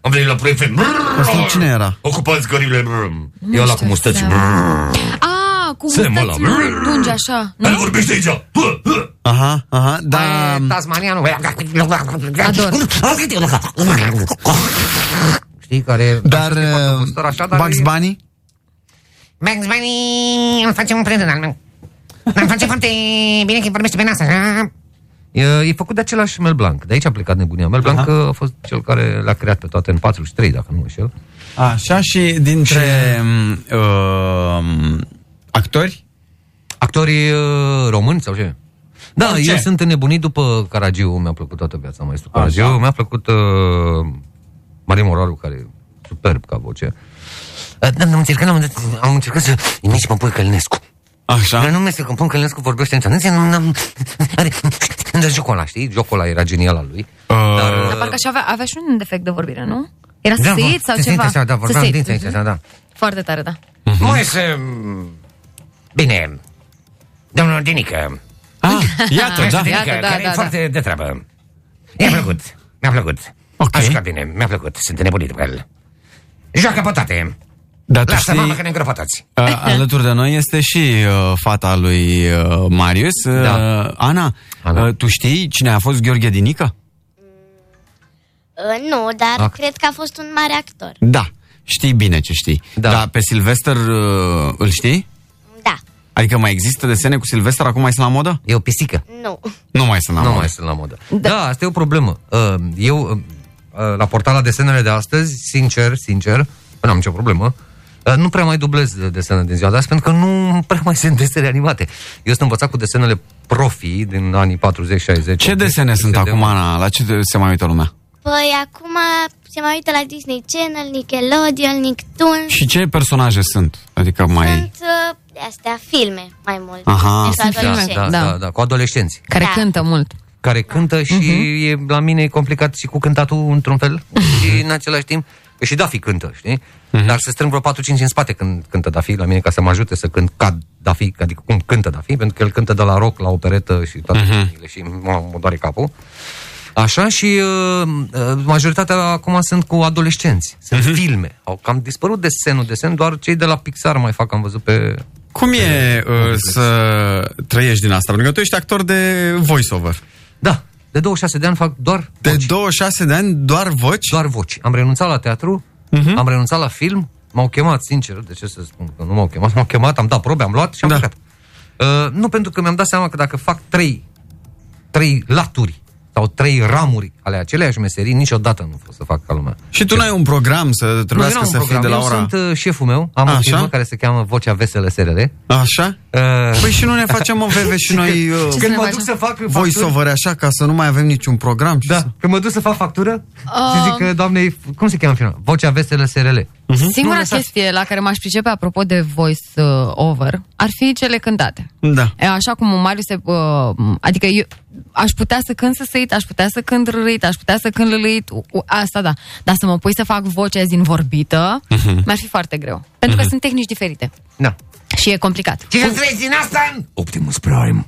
Speaker 12: Am venit la proiecte. Păi,
Speaker 2: Asta cine era?
Speaker 12: Ocupați gările. brrr. Eu la cu mustăți. brrr.
Speaker 3: Ah, cu
Speaker 12: Se mă
Speaker 3: mustăți
Speaker 12: la-
Speaker 3: lungi, lungi așa.
Speaker 12: El vorbește aici. Hă, hă.
Speaker 2: Aha, aha,
Speaker 12: Păi,
Speaker 2: da.
Speaker 7: Tasmanianul.
Speaker 3: Ador.
Speaker 12: Știi, care...
Speaker 2: Dar uh,
Speaker 12: Gustor așa, dar
Speaker 2: Bugs
Speaker 12: e-
Speaker 2: Bunny?
Speaker 7: Max Bunny îmi face un prieten al meu. Dar îmi face foarte bine că vorbește pe nas, așa.
Speaker 12: E, e făcut de același Mel Blanc. De aici a plecat nebunia. Mel Blanc uh, a fost cel care l-a creat pe toate în 43, dacă nu mă înșel.
Speaker 2: Așa și dintre um, actori?
Speaker 12: Actorii uh, români sau ce? Da,
Speaker 2: Orice.
Speaker 12: eu sunt înnebunit după Caragiu, mi-a plăcut toată viața maestru Caragiu,
Speaker 2: Așa.
Speaker 12: mi-a plăcut uh, Marin Moraru, care e superb ca voce.
Speaker 7: Uh, Am încercat, am, am încercat să imici mă pui Călinescu.
Speaker 2: Așa?
Speaker 12: Dar nu mi-este când pun Călinescu vorbește în țanțe, nu am... Are... Dar jocul ăla, știi? Jocul ăla era genial al lui.
Speaker 2: Uh,
Speaker 12: Dar, uh, Da,
Speaker 3: Dar parcă și avea, avea și un defect de vorbire, nu? Era săsit sau
Speaker 12: se simte
Speaker 3: ceva?
Speaker 12: Așa, da, vorbeam
Speaker 3: Săsit.
Speaker 12: dinții aici, așa, da. mm,
Speaker 3: Foarte tare, da.
Speaker 2: Mhm.
Speaker 7: Moise... Bine, domnul Dinică.
Speaker 2: Ah, iată,
Speaker 7: Moise
Speaker 2: da.
Speaker 7: Dinică,
Speaker 3: Iată, da, da,
Speaker 7: care e
Speaker 3: da.
Speaker 7: foarte de treabă. Mi-a plăcut, mi-a plăcut.
Speaker 2: Ok.
Speaker 7: A jucat bine, mi-a plăcut, sunt nebunit pe el. Joacă potate.
Speaker 2: Dar
Speaker 12: da,
Speaker 2: tu
Speaker 7: Lasă mama
Speaker 2: știi,
Speaker 7: că ne îngropătați.
Speaker 2: Uh, alături de noi este și uh, fata lui uh, Marius. Uh,
Speaker 12: Da.
Speaker 2: Ana, Ana.
Speaker 12: Ana.
Speaker 2: Uh, tu știi cine a fost Gheorghe Dinică?
Speaker 13: Uh, nu, dar
Speaker 12: Ac-
Speaker 13: cred că a fost un mare actor.
Speaker 2: Da. Știi bine ce știi.
Speaker 12: Da.
Speaker 2: Dar pe Silvester uh, îl știi?
Speaker 13: Da,
Speaker 2: Adică mai există desene cu Silvester? Acum mai sunt la modă?
Speaker 12: E o pisică.
Speaker 13: nu.
Speaker 2: Nu mai sunt la
Speaker 12: Nu
Speaker 2: modă.
Speaker 12: mai sunt la modă. Da, asta e o problemă. Uh, Eu, uh, uh, la portala desenele de astăzi, sincer, sincer, nu am nicio problemă, uh, nu prea mai dublez de- desene din ziua de azi, pentru că nu prea mai sunt desene animate. Eu sunt învățat cu desenele profi din anii 40, 60.
Speaker 2: Ce
Speaker 12: 80,
Speaker 2: desene sunt
Speaker 12: de-
Speaker 2: acum, Ana? La ce se mai uită lumea?
Speaker 13: Păi acum se mai uită la Disney Channel, Nickelodeon, Nicktoons.
Speaker 2: Și ce personaje sunt? Adică mai...
Speaker 13: Sunt uh, de astea, filme mai mult.
Speaker 12: Aha,
Speaker 13: Pentru adolescenți.
Speaker 12: da, da, da, da, cu adolescenți.
Speaker 3: Care da. cântă mult.
Speaker 12: Care cântă și uh-huh. e, la mine e complicat și cu cântatul într-un fel și în același timp. Că și Dafi cântă, știi? Uh-huh. Dar se strâng vreo 4-5 în spate când cântă Dafi la mine ca să mă ajute să cânt ca Dafi, adică cum cântă Dafi, pentru că el cântă de la rock la operetă și toate
Speaker 11: Mhm.
Speaker 12: uh-huh. și mă, mă doare capul. Așa și uh, uh, majoritatea acum sunt cu adolescenți. Sunt uh-huh. filme. Au cam dispărut desenul, desen, doar cei de la Pixar mai fac, am văzut pe...
Speaker 2: Cum e uh, să trăiești din asta? Pentru că tu ești actor de voiceover.
Speaker 12: Da, de 26 de ani fac doar
Speaker 2: De 26 de ani doar voci?
Speaker 12: Doar voci. Am renunțat la teatru,
Speaker 2: Mhm.
Speaker 12: uh-huh. am renunțat la film, m-au chemat, sincer, de ce să spun că nu m-au chemat, m-au chemat, am dat probe, am luat și am da. plecat. Uh, nu pentru că mi-am dat seama că dacă fac trei, trei laturi sau trei ramuri ale aceleiași meserii, niciodată nu pot să fac ca lumea.
Speaker 2: Și tu n-ai un program să
Speaker 12: Nu, eu
Speaker 2: trebuiască
Speaker 12: n-am
Speaker 2: să
Speaker 12: un
Speaker 2: fii de la
Speaker 12: program.
Speaker 2: ora...
Speaker 12: Eu sunt uh, șeful meu, am
Speaker 2: Așa?
Speaker 12: o firmă care se cheamă Vocea Veselă SRL.
Speaker 2: Așa?
Speaker 12: Uh...
Speaker 2: Păi și nu ne facem o veve și noi... uh,
Speaker 12: Când mă duc să fac factură,
Speaker 2: voiceover așa ca să nu mai avem niciun program. Da.
Speaker 12: când mă duc să fac factură, și zic
Speaker 3: Um.
Speaker 12: că, doamne, cum se cheamă firma? Vocea Veselă SRL. Uh-huh.
Speaker 3: Mhm. Singura chestie la care m-aș pricepe apropo de voice uh, over ar fi cele cântate.
Speaker 2: Da.
Speaker 3: E, Așa cum Marius se... Uh, adică eu aș putea să cânt săsăit, aș putea să cânt râit, aș putea să cânt lălăit, u- u- asta da. Dar să mă pui să fac vocea din vorbită,
Speaker 12: Mhm.
Speaker 3: mi-ar fi foarte greu. Pentru
Speaker 12: Mhm.
Speaker 3: că sunt tehnici diferite
Speaker 12: Da.
Speaker 3: și e complicat.
Speaker 7: Și să treci din asta?
Speaker 12: Optimus Prime.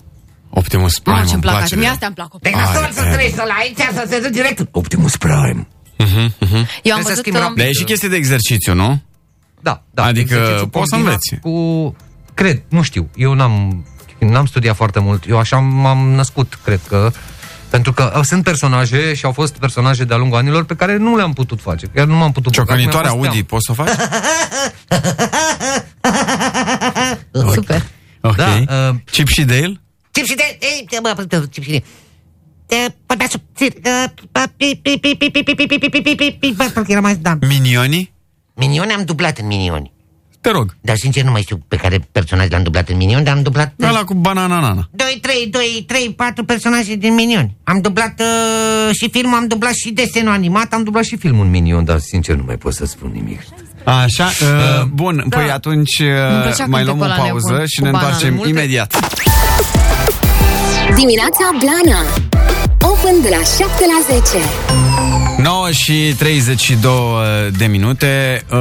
Speaker 12: Optimus Prime
Speaker 3: Mamă,
Speaker 12: îmi
Speaker 3: ce-mi plac
Speaker 12: place
Speaker 3: așa.
Speaker 12: de-
Speaker 3: Mie asta îmi plac.
Speaker 7: De nasol să treci de la aici să te duci direct.
Speaker 12: Optimus Prime.
Speaker 2: Uh-huh, uh-huh.
Speaker 3: Eu am văzut... um,
Speaker 2: Dar e și chestie de exercițiu, nu?
Speaker 12: Da, da.
Speaker 2: Adică
Speaker 12: Exercițiu
Speaker 2: poți să
Speaker 12: combinat
Speaker 2: înveți.
Speaker 12: Cu, cred, nu știu, eu n-am, n-am studiat foarte mult, eu așa m-am născut, cred că, pentru că uh, sunt personaje și au fost personaje de-a lungul anilor pe care nu le-am putut face, chiar nu m-am putut
Speaker 2: Ciocănitoare
Speaker 12: băga, mi-a fost
Speaker 2: Audi, poți
Speaker 12: teamă.
Speaker 2: să o faci?
Speaker 3: Super.
Speaker 2: Ok. Da, uh... Chip și Dale?
Speaker 7: Chip și de... Ei, mă, bă, bă, Chip și de... Eh, Vorbea sub țir... eh, pa- pi- pi- pi- pi- pi- pi- pi- pi- pi- pi- pi- pi- bă, Parcă era mai... Da.
Speaker 2: Minioni?
Speaker 7: Minioni am dublat în Minioni.
Speaker 2: Te rog.
Speaker 7: Dar sincer nu mai știu pe care personaj l-am dublat în Minioni, dar am dublat...
Speaker 2: Da.
Speaker 14: Da.
Speaker 2: Ăla cu banana
Speaker 7: 2, 3, 2, 3, 4 personaje din Minioni. Am dublat uh, și filmul, am dublat și desenul animat, am dublat și...
Speaker 12: Și filmul Minion, dar sincer nu mai pot să spun nimic.
Speaker 2: Așa, uh, bun, da. păi atunci
Speaker 1: Da. Îmi
Speaker 2: uh,
Speaker 1: plăcea
Speaker 2: mai luăm
Speaker 1: cântecul
Speaker 2: o
Speaker 1: ăla nebun,
Speaker 2: pauză și
Speaker 1: cu
Speaker 2: ne întoarcem
Speaker 1: banane.
Speaker 2: imediat.
Speaker 1: Dimineața Blana Open de la 7 la 10
Speaker 2: 9 și 32 de minute. Uh,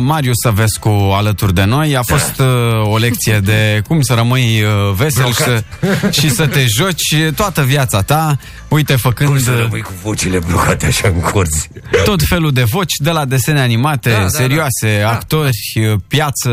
Speaker 2: Marius Săvescu alături de noi. A fost uh, o lecție de cum să rămâi uh, vesel și să,
Speaker 11: Blocat.
Speaker 2: și să te joci toată viața ta. Uite, făcând... Cum să rămâi
Speaker 12: cu vocile blocate așa în corzi.
Speaker 2: Tot felul de voci, de la desene animate, da, serioase, da, da. actori, uh, piață,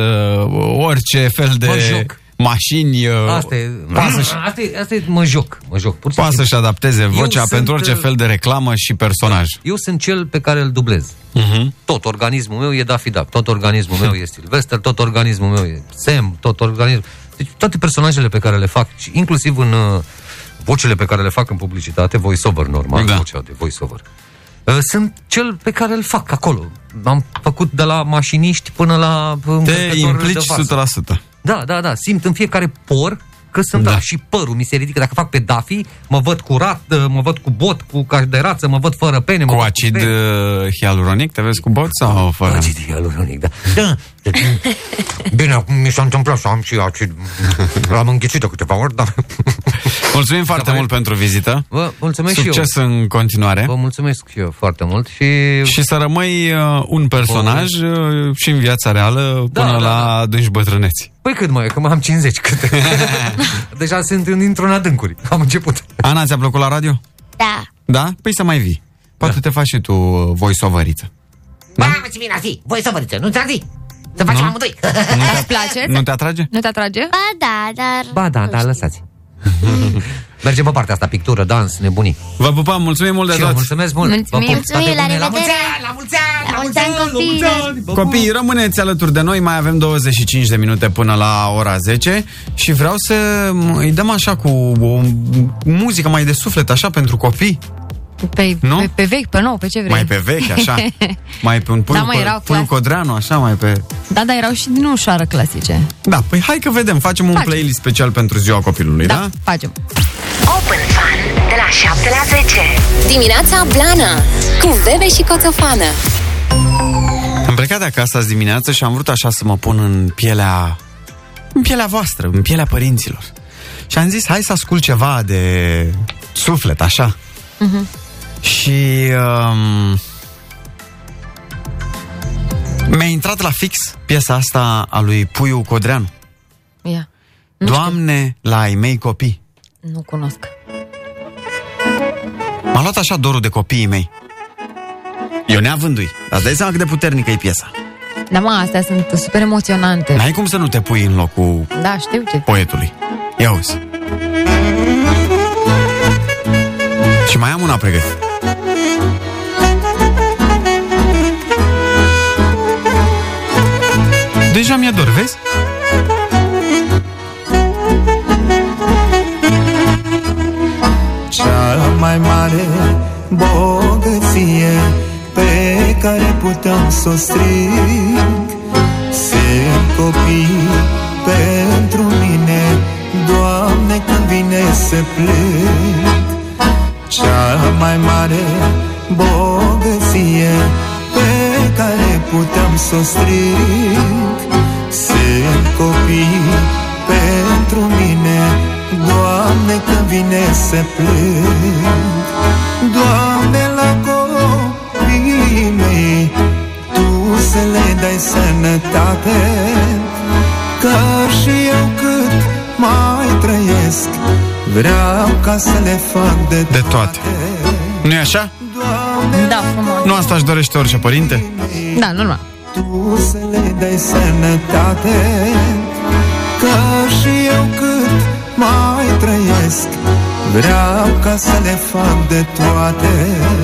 Speaker 2: uh, orice fel
Speaker 12: Mă
Speaker 2: de
Speaker 12: joc.
Speaker 2: mașini. uh,
Speaker 12: Asta e,
Speaker 2: pasă și-
Speaker 12: asta e, asta e, mă joc, mă joc. Pur și
Speaker 2: Poate
Speaker 12: simplu.
Speaker 2: să-și adapteze
Speaker 12: Eu
Speaker 2: vocea
Speaker 12: sunt,
Speaker 2: pentru orice
Speaker 12: uh,
Speaker 2: fel de reclamă și personaj.
Speaker 12: Eu sunt cel pe care îl dublez.
Speaker 2: Mhm.
Speaker 12: Uh-huh. Tot organismul meu e Daffy Duck, tot organismul meu e Sylvester, tot organismul meu e Sam, tot organismul... Deci toate personajele pe care le fac, și inclusiv în uh, vocile pe care le fac în publicitate, voiceover normal, da. vocea de voiceover, uh, sunt cel pe care îl fac acolo. Am făcut de la mașiniști până la... uh,
Speaker 2: Te
Speaker 12: încărcător de
Speaker 2: implici
Speaker 12: vasă.
Speaker 2: 100%.
Speaker 12: Da, da, da, simt în fiecare por că sunt da. și părul mi se ridică. Dacă fac pe Daffy, mă văd curat, uh, mă văd cu bot, cu caș de rață, mă văd fără pene.
Speaker 2: Cu
Speaker 12: mă văd
Speaker 2: acid
Speaker 12: pene.
Speaker 2: uh, hialuronic, te vezi cu bot sau fără?
Speaker 12: Acid hialuronic, Păi, da.
Speaker 7: Da.
Speaker 12: Bine, acum mi s-a întâmplat să am și acid. L-am înghițit de câteva ori, dar...
Speaker 2: Mulțumim foarte mult pentru vizită.
Speaker 12: Vă mulțumesc și eu.
Speaker 2: Succes în continuare.
Speaker 12: Vă mulțumesc și eu foarte mult și...
Speaker 2: Și să rămâi uh, un personaj uh, și în viața reală până da, la adânci bătrâneți.
Speaker 12: Păi cât mai, e, că mai am 50 cât. Deja sunt în- într-un adâncuri. Am început.
Speaker 2: Ana, ți-a plăcut la radio?
Speaker 13: Da.
Speaker 2: Da? Păi să mai vii. Poate te faci și tu uh, voiceoveriță. Da?
Speaker 7: Ba, Da, mă, ce bine ar fi! Voi să vă nu ți ar fi! Să facem
Speaker 2: Nu.
Speaker 7: amândoi!
Speaker 2: Nu
Speaker 3: Place?
Speaker 2: te, Da. nu te atrage?
Speaker 3: Nu te atrage?
Speaker 13: Ba da, dar...
Speaker 12: Ba da, da, lăsați. Mergem pe partea asta, pictură, dans, nebunii.
Speaker 2: Vă pupăm, mulțumim mult de
Speaker 12: Și eu
Speaker 2: tot.
Speaker 12: mulțumesc mult. Mulțumim. Vă pup, toate
Speaker 13: Mulțumim, la
Speaker 12: bune, la
Speaker 13: revedere!
Speaker 7: La mulți ani!
Speaker 13: La mulți ani, copii!
Speaker 2: Copii, rămâneți alături de noi, mai avem 25 de minute până la ora 10 și vreau să îi dăm așa cu o muzică mai de suflet, așa, pentru copii,
Speaker 3: Pe,
Speaker 2: Nu?
Speaker 3: pe, pe vechi, pe nou, pe ce vrei.
Speaker 2: mai pe vechi, așa, mai pe un
Speaker 3: Da, mă, erau
Speaker 2: pulcodreanu,
Speaker 3: clas-
Speaker 2: codreanu, așa, mai pe...
Speaker 3: Da, da, erau și din ușoară clasice.
Speaker 2: Da, păi hai că vedem, facem un
Speaker 3: Facem.
Speaker 2: playlist special pentru ziua copilului, da?
Speaker 3: facem.
Speaker 1: Open Fun de la 7 la 10 Dimineața Blana Cu Bebe și Coțofană
Speaker 2: Am plecat de acasă azi dimineață și am vrut așa să mă pun în pielea în pielea voastră, în pielea părinților. Și am zis, hai să ascult ceva de suflet, așa.
Speaker 15: Mhm.
Speaker 2: Și um, mi-a intrat la fix piesa asta a lui Puiu Codreanu.
Speaker 3: Ia.
Speaker 2: Doamne, la ai mei copii.
Speaker 3: Nu cunosc.
Speaker 2: M-a luat așa dorul de copiii mei. Eu neavându-i. Dar îți dai seama cât de puternică e piesa.
Speaker 3: Dar mă, astea sunt super emoționante.
Speaker 2: N-ai cum să nu te pui în locul
Speaker 3: Da, știu ce.
Speaker 2: poetului. Ia uzi. Și mai am una pregătită. Deja mi-e dor, vezi?
Speaker 14: Cea mai mare bogăție pe care puteam să o stric Sunt copii pentru mine, Doamne, când vine să plec Cea mai mare bogăție pe care puteam să o stric Sunt copii pentru mine, Doamne, când vine să plâng Doamne, la copiii mei Tu să le dai sănătate Că și eu cât mai trăiesc Vreau ca să le fac de
Speaker 2: De toate. Nu-i așa?
Speaker 3: Da, frumos.
Speaker 2: Nu asta își dorește orice părinte?
Speaker 3: Da, normal.
Speaker 14: Tu să le dai sănătate Că și eu cât mai trăiesc Vreau ca să le fac de toate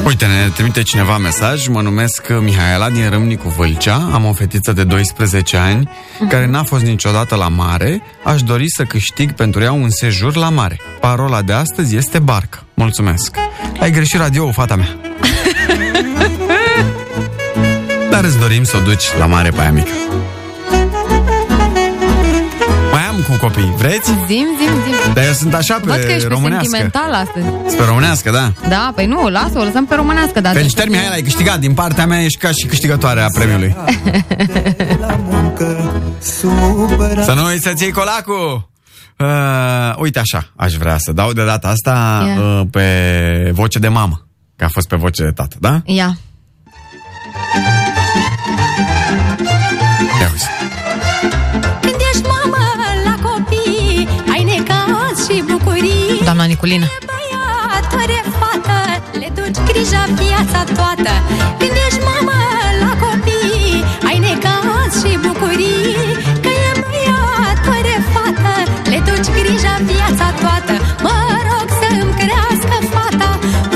Speaker 2: Uite, ne trimite cineva mesaj Mă numesc Mihaela din Râmnicu Vâlcea Am o fetiță de 12 ani
Speaker 3: Mhm.
Speaker 2: Care n-a fost niciodată la mare Aș dori să câștig pentru ea un sejur la mare Parola de astăzi este barcă Mulțumesc Ai greșit radio, fata mea Dar îți dorim să o duci la mare pe aia mică Mai am cu copii, vreți?
Speaker 3: Zim, zim, zim.
Speaker 2: Dar eu sunt așa pe
Speaker 3: Văd că ești
Speaker 2: românească
Speaker 3: pe sentimental astăzi.
Speaker 2: Pe românească, da
Speaker 3: Da, păi nu, lasă, o lăsăm pe românească. Dar
Speaker 2: Felicitări, Mihaela, ai câștigat. Din partea mea ești ca și câștigătoarea premiului.
Speaker 14: Supărat
Speaker 2: Să nu uiți să-ți iei colacul! Uh, uite așa, aș vrea să dau de data asta
Speaker 3: Ia.
Speaker 2: uh, pe voce de mamă. Că a fost pe voce de tată, da?
Speaker 3: Ia.
Speaker 2: Ia uite.
Speaker 15: Când ești mamă la copii, ai necaz și bucurii.
Speaker 3: Doamna Niculina.
Speaker 15: Băiatore, fată, le duci grija viața toată. Când ești mamă la copii, ai necaz și bucurii. Că e băiatore, fată, le duci grija viața toată. Mă rog să îmi crească fata,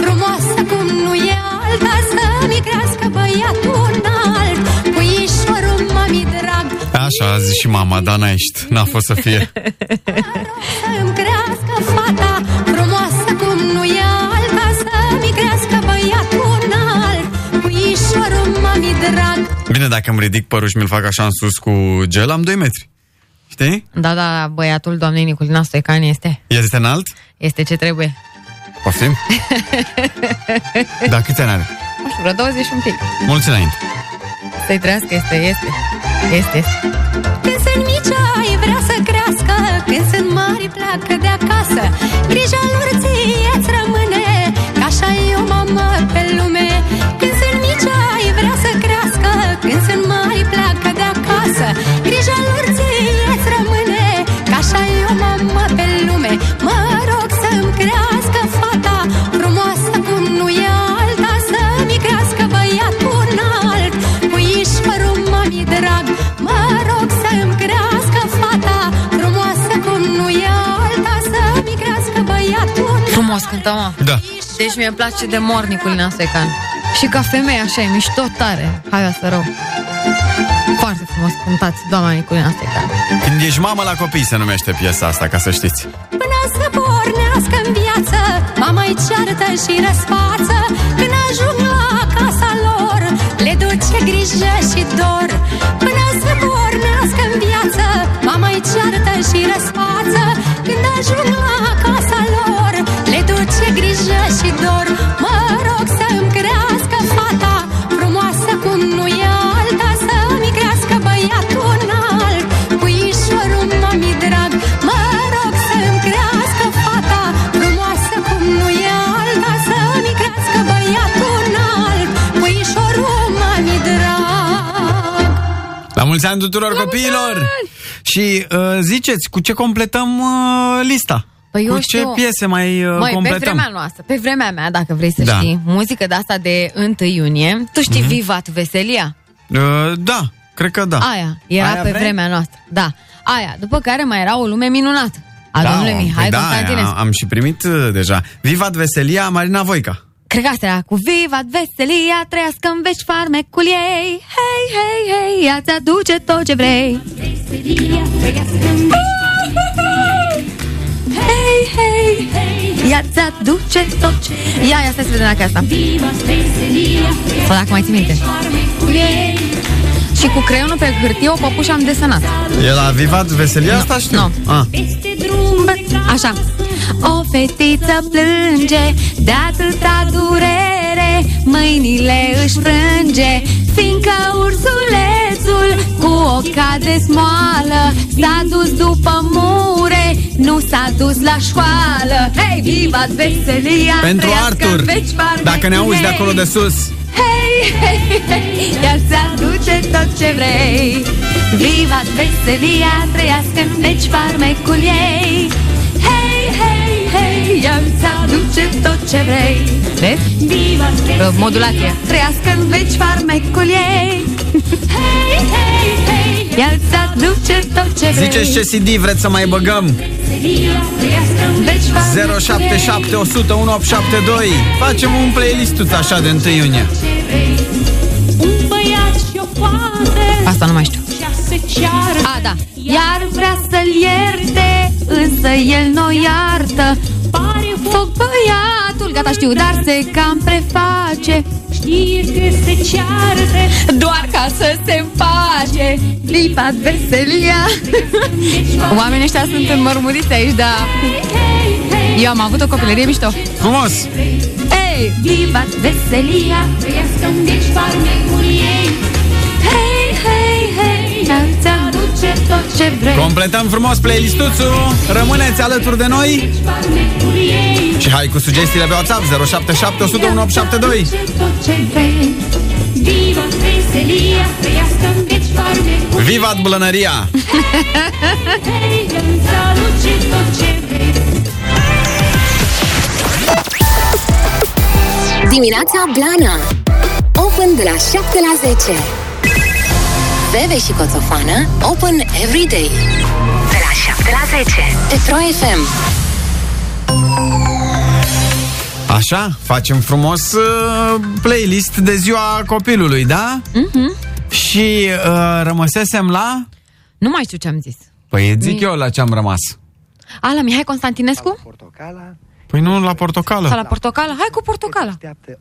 Speaker 15: frumoasă cum nu e alta, să-mi crească băiatul înalt. Puișorul mami drag,
Speaker 2: Așa a zis și mama, dar n-a ieșit. N-a fost să fie.
Speaker 15: Să-mi crească fata frumoasă cum nu e alta Să-mi crească băiatul înalt Puișorul mami drag
Speaker 2: Bine, dacă îmi ridic părul și mi-l fac așa în sus cu gel, am 2 metri. Știi?
Speaker 3: Da, da, băiatul doamnei Niculina Stoican este.
Speaker 2: Este înalt?
Speaker 3: Este ce trebuie.
Speaker 2: Poftim? da, câți ani are?
Speaker 3: Nu știu, vreo 20 și un pic.
Speaker 2: Mulți înainte.
Speaker 3: Să-i trăiască, este, este. Este, este.
Speaker 15: Când sunt mici ai vrea să crească Când sunt mari pleacă de acasă Grija lor ție-ți rămâne Că așa e o mamă pe lume Când sunt mici ai vrea să crească Când sunt mari pleacă de acasă Grija lor ție-ți rămâne Că așa e o mamă pe lume Mă rog să-mi crească fata Frumoasă cum nu e alta Să-mi crească băiatul înalt Puișorul mami drag Mă rog să-mi crească fata Frumoasă cum nu e alta Să-mi crească băiatul
Speaker 3: Frumos cântăm, mă.
Speaker 2: Da.
Speaker 3: Deci mi-e place de mor Niculina Stoican. Și ca femeie așa e mișto tare. Hai asta rău. Foarte frumos cântați, doamna Niculina Stoican.
Speaker 2: Când ești mamă la copii se numește piesa asta, ca să știți.
Speaker 15: Până să pornească în viață Mama-i ceartă și răsfață Când ajung la casa lor Le duce grijă și dor Până să pornească în viață Mama-i ceartă și răsfață Când ajung la casa lor Le duce grijă și dor Mă rog să-mi crească fata Frumoasă cum nu e alta Să-mi crească băiatul înalt Puișorul mami
Speaker 2: La mulți ani tuturor La copiilor! Ani! Și uh, ziceți, cu ce completăm uh, lista?
Speaker 15: Păi eu
Speaker 2: cu
Speaker 15: știu.
Speaker 2: ce piese mai uh,
Speaker 15: Măi,
Speaker 2: completăm?
Speaker 15: pe vremea noastră, pe vremea mea, dacă vrei să
Speaker 2: Da. Mhm.
Speaker 15: știi, muzică de asta de 1 iunie, tu știi mm-hmm. Vivat Veselia?
Speaker 2: Uh, da, cred că da.
Speaker 15: Aia era
Speaker 2: Aia
Speaker 15: pe
Speaker 2: vrei?
Speaker 15: vremea noastră. Da. Aia, după care mai era o lume minunată. A da, domnului Mihai
Speaker 2: da,
Speaker 15: Constantinescu.
Speaker 2: am, am și primit uh, deja. Vivat Veselia, Marina Voica.
Speaker 15: Cred că asta era cu Vivat Veselia, trăiască în veci farmecul ei. Hei, hei, hei, ea ți-aduce tot ce vrei. Hei, hei, hei, ea ți-aduce tot ce... Ia, ia, stai să vedem dacă e asta. Sau dacă mai ții minte. Și cu creionul pe hârtie o păpușă am desenat.
Speaker 2: E la Vivat Veselia asta știu?
Speaker 15: Nu.
Speaker 2: Ah.
Speaker 15: Așa. O fetiță plânge de atâta durere, mâinile își frânge, fiindcă ursulețul cu o de smoală s-a dus după mure, nu s-a dus la școală. Hei, viva veselia!
Speaker 2: Pentru
Speaker 15: trăiască
Speaker 2: Artur,
Speaker 15: în veci farmecul
Speaker 2: dacă ne auzi de
Speaker 15: ei.
Speaker 2: acolo de sus.
Speaker 15: Hei, hei, hei, iar se aduce tot ce vrei Viva veselia, trăiască în veci farmecul ei Hei, hei, hei, iar se aduce tot ce vrei Vezi? Viva veselia,
Speaker 16: modulație.
Speaker 15: trăiască în veci farmecul ei Hei, hei, hei, iar se aduce tot ce vrei
Speaker 2: Ziceți ce CD vreți să mai băgăm?
Speaker 15: Veselia, trăiască în veci farmecul
Speaker 2: 077 100 1872 Facem un playlist așa de 1 iunie
Speaker 4: vrei. Un băiat și o fată
Speaker 15: Asta nu mai știu
Speaker 4: și-a se ceară
Speaker 15: A, da. Iar vrea să-l ierte, însă el nu iartă. Pare foc băiatul, gata știu, dar se cam preface. Știe că se ceartă, doar ca să se face. Clipa veselia. Oamenii ăștia sunt înmărmuriți aici, da. Eu am avut o copilărie mișto.
Speaker 2: Frumos!
Speaker 15: Ei, viva veselia, trăiască în deci farmecul ei. Hei, hei, hei, dar ți aduce tot ce vrei.
Speaker 2: Completăm frumos playlistuțul Rămâneți alături de noi
Speaker 4: farmecul ei
Speaker 2: Și hai cu sugestiile pe WhatsApp 077 100 1872
Speaker 4: Tot ce vrei Viva veselia Trăiască în veci farmecul
Speaker 2: Vivat Blănăria!
Speaker 4: ei Îți aduce tot ce vrei
Speaker 1: Dimineața Blana Open de la 7 la 10 Bebe și Coțofană Open every day De la 7 la 10 Pe Pro FM
Speaker 2: Așa, facem frumos uh, playlist de ziua copilului, da?
Speaker 15: Mhm.
Speaker 2: Mm-hmm. Și uh, rămăsesem la...
Speaker 15: Nu mai știu ce am zis.
Speaker 2: Păi zic eu la ce am rămas
Speaker 15: A, la Mihai Constantinescu?
Speaker 2: Păi nu, la portocală
Speaker 15: Sau la portocală? Hai cu portocala.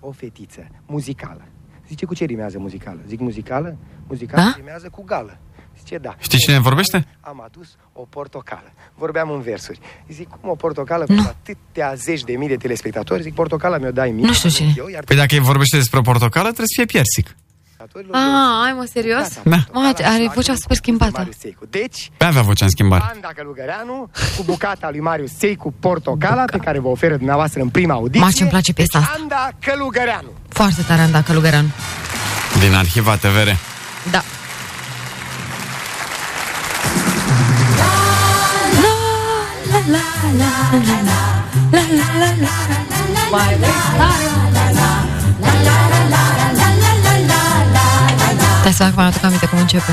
Speaker 17: o fetiță muzicală. Zice, cu ce rimează muzicală? Zic muzicală? Muzicală da? rimează cu gală. Zice, da.
Speaker 2: Știi cine vorbește?
Speaker 17: Am adus o portocală. Vorbeam în versuri. Zic, cum o portocală cu atâtea zeci de mii de telespectatori? Zic, portocala mi-o dai mie. Nu știu ce. Eu, iar
Speaker 2: Păi dacă vorbește despre portocală, trebuie să fie piersic
Speaker 3: Ah,
Speaker 15: A, ai Ah, mă, serios?
Speaker 2: Da.
Speaker 15: Mă, are vocea super schimbată.
Speaker 17: Deci,
Speaker 2: Pe avea vocea în schimbare
Speaker 17: Anda Călugăreanu, cu bucata lui Marius Seicu, portocala, pe care vă oferă dumneavoastră în prima audiție.
Speaker 15: Mar, ce-mi place piesa asta.
Speaker 17: Anda Călugăreanu.
Speaker 15: Foarte da, tare, Anda Călugăreanu.
Speaker 2: Din Arhiva TVR
Speaker 15: Da. Stai să fac mai aduc aminte cum începe.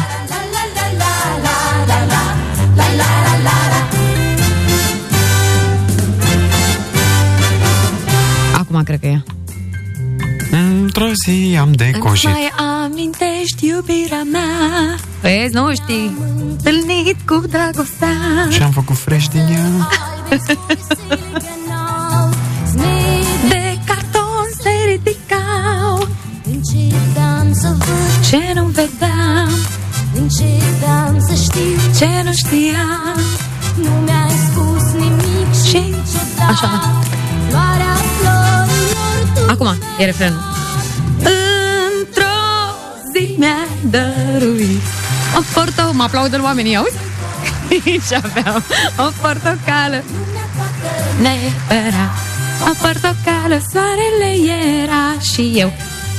Speaker 15: Acum cred că e.
Speaker 2: Într-o zi am
Speaker 15: Îți
Speaker 2: decoșit
Speaker 15: mai amintești iubirea mea Vezi, nu știi Întâlnit cu dragostea
Speaker 2: Și am făcut fresh din ea
Speaker 4: De carton se ridicau Încetam să văd
Speaker 15: Ce nu vedeam
Speaker 4: Încetam să știu
Speaker 15: Ce nu știam
Speaker 4: Nu mi-ai spus nimic Și niciodată
Speaker 15: Așa.
Speaker 4: Floarea florilor tu
Speaker 15: Acum, e refrenul Într-o zi mi-ai dăruit O porto... Mă aplaudă oamenii, auzi? Și aveam o portocală Neapărat O portocală, soarele era și eu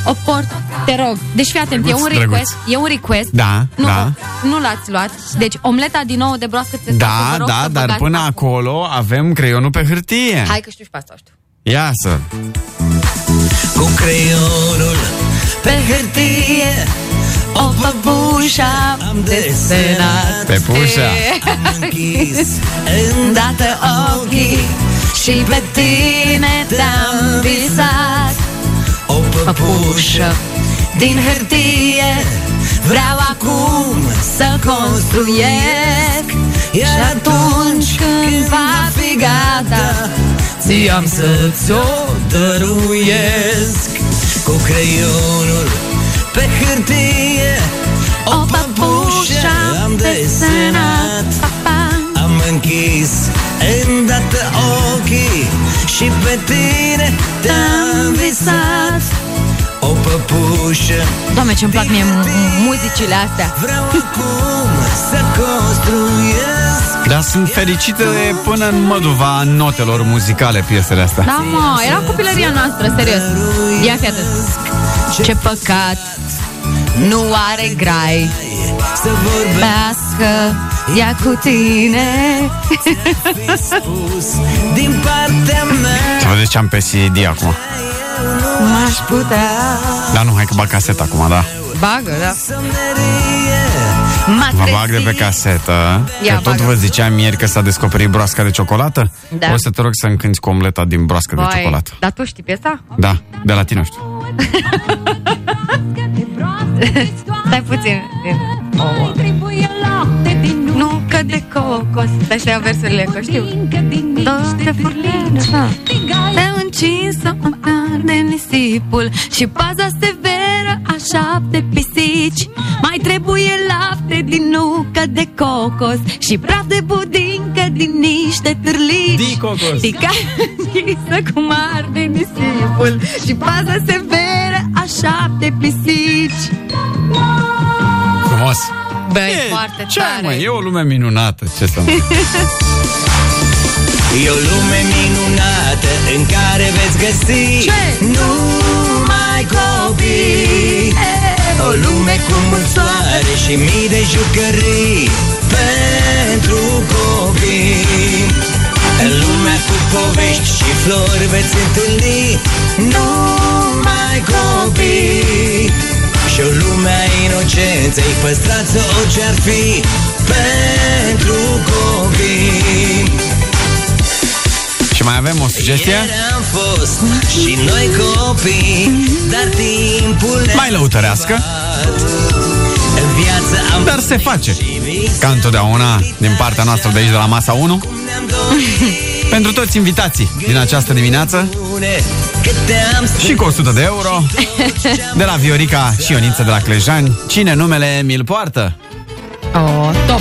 Speaker 15: O portocală
Speaker 3: Te rog, deci fii atent,
Speaker 2: Drăguț,
Speaker 3: e un
Speaker 2: drăguț.
Speaker 3: request, e un request.
Speaker 2: Da,
Speaker 3: nu,
Speaker 2: da.
Speaker 3: vă- Nu l-ați luat. Deci omleta din nou de broască ți
Speaker 2: Da, da, dar până acolo avem creionul pe hârtie.
Speaker 3: Hai că știu și pe asta, o știu.
Speaker 2: Ia să.
Speaker 15: Cu creionul pe hârtie O păpușa am desenat
Speaker 2: Pe pușa.
Speaker 15: Am închis îndată ochii Și pe tine te-am visat O păpușă din hârtie Vreau acum să construiesc Iar atunci când va fi gata Ți-am să-ți o dăruiesc Cu creionul pe hârtie O păpușă am desenat Am închis îndată ochii Și pe tine te-am visat O păpușă
Speaker 3: Doamne, ce-mi plac mie mu- muzicile astea.
Speaker 15: Vreau acum să construiesc
Speaker 2: Dar sunt fericite de până în măduva notelor muzicale piesele astea.
Speaker 3: Da, mă, era copilăria noastră, serios. Ia fi atent. Ce păcat nu are grai
Speaker 15: Să
Speaker 3: vorbească ea cu tine
Speaker 15: Din partea mea
Speaker 3: Da.
Speaker 2: Să vedeți ce am pe CD acum.
Speaker 15: M-aș putea
Speaker 2: Dar nu, hai că bag caseta acum, da.
Speaker 3: Bagă, da
Speaker 2: Vă bag de pe casetă
Speaker 3: Ia,
Speaker 2: Ia, Că tot
Speaker 3: bagă.
Speaker 2: vă ziceam ieri că s-a descoperit broasca de ciocolată
Speaker 3: Da.
Speaker 2: O să te rog să încinti cu omleta din broască de ciocolată
Speaker 3: Dar tu știi piesa?
Speaker 2: Da, de la tine o știu
Speaker 3: Stai puțin Mai trebuie lapte din nucă de cocos Dar știu versurile, că știu Toate furlină Te-a încinsă în de nisipul Și paza severă a șapte pisici Mai trebuie lapte din nucă de cocos Și praf de budincă din niște târlici
Speaker 15: Di cocos.
Speaker 3: Tica închisă cu mari de nisipul Și paza severă a șapte pisici
Speaker 2: Frumos
Speaker 3: Bă, e foarte
Speaker 2: ce
Speaker 3: tare.
Speaker 2: Mă, e o lume minunată, ce să mă
Speaker 15: E o lume minunată în care veți găsi
Speaker 18: Ce?
Speaker 15: Numai copii O
Speaker 3: Oh,
Speaker 15: lume cu mult soare și mii de jucării Pentru copii În lumea cu povești și flori veți întâlni Numai copii Și o lume a inocenței păstrați orice ar fi Pentru copii
Speaker 2: Și mai avem o sugestie?
Speaker 15: ieri am fost și noi copii, dar timpul ne-a
Speaker 2: Mai lăutărească
Speaker 15: În viață am
Speaker 2: Dar se face Ca întotdeauna din partea noastră de aici de la masa 1 Pentru toți invitații din această dimineață
Speaker 15: câte am strâns.
Speaker 2: Și cu 100 de euro De la Viorica și Ioniță de la Clejani Cine numele mi-l poartă?
Speaker 3: Oh, top!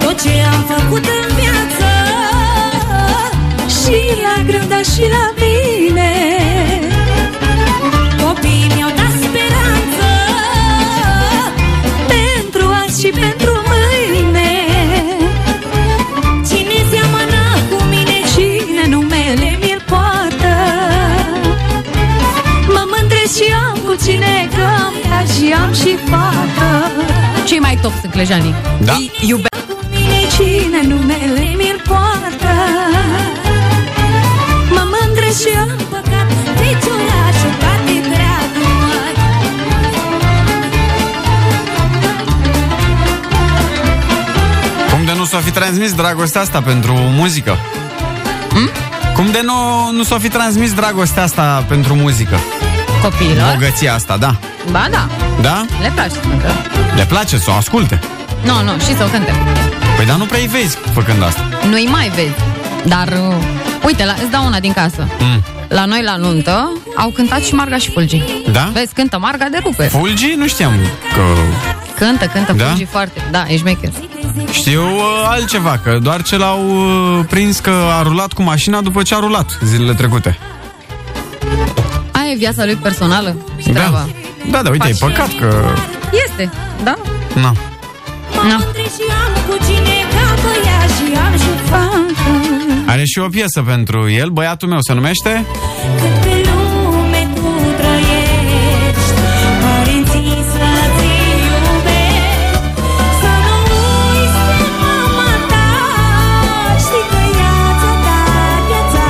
Speaker 18: Tot ce am făcut în viață Și la greu, dar și la bine Copiii mi-au dat speranță Pentru azi și pentru mâine Cine seamănă cu mine Cine numele mi-l poartă Mă mândresc și am cu cine Că am frate și am și fată
Speaker 3: Cei mai top sunt clejanii
Speaker 2: Da
Speaker 3: Iube
Speaker 18: mine cine numele mi-l poartă Mă mândresc și am păcat Niciun la ciudat de dragul mai
Speaker 2: Cum de nu s-o fi transmis dragostea asta pentru muzică? Hm? Cum de nu, nu s-o fi transmis dragostea asta pentru muzică?
Speaker 3: copiilor
Speaker 2: Bogăția asta, da.
Speaker 3: Ba da,
Speaker 2: Da?
Speaker 3: le place să cântă
Speaker 2: Le place să o asculte.
Speaker 3: Nu, nu, și să o cânte
Speaker 2: Păi dar nu prea îi vezi făcând asta.
Speaker 3: Nu-i mai vezi Dar, uh, uite, la, îți dau una din casă
Speaker 2: Mm.
Speaker 3: La noi, la nuntă, au cântat și Marga și Fulgi
Speaker 2: Da?
Speaker 3: Vezi, cântă Marga de rupe
Speaker 2: Fulgi? Nu știam că...
Speaker 3: Cântă, cântă
Speaker 2: Da?
Speaker 3: Fulgi foarte Da, e șmecher
Speaker 2: Știu uh, altceva, că doar ce l-au uh, prins că a rulat cu mașina după ce a rulat zilele trecute.
Speaker 3: Aia e viața lui personală și treaba
Speaker 2: Da, da, da uite, e păcat că...
Speaker 3: Este, da?
Speaker 2: Na.
Speaker 3: Da.
Speaker 15: Și am cu cine ca băia și am și fată
Speaker 2: Are și o piesă pentru el, băiatul meu se numește?
Speaker 15: Cât pe lume tu trăiești Părinții să-ți iubești Să nu uiți de mama ta Știi că ea ți-a dat viața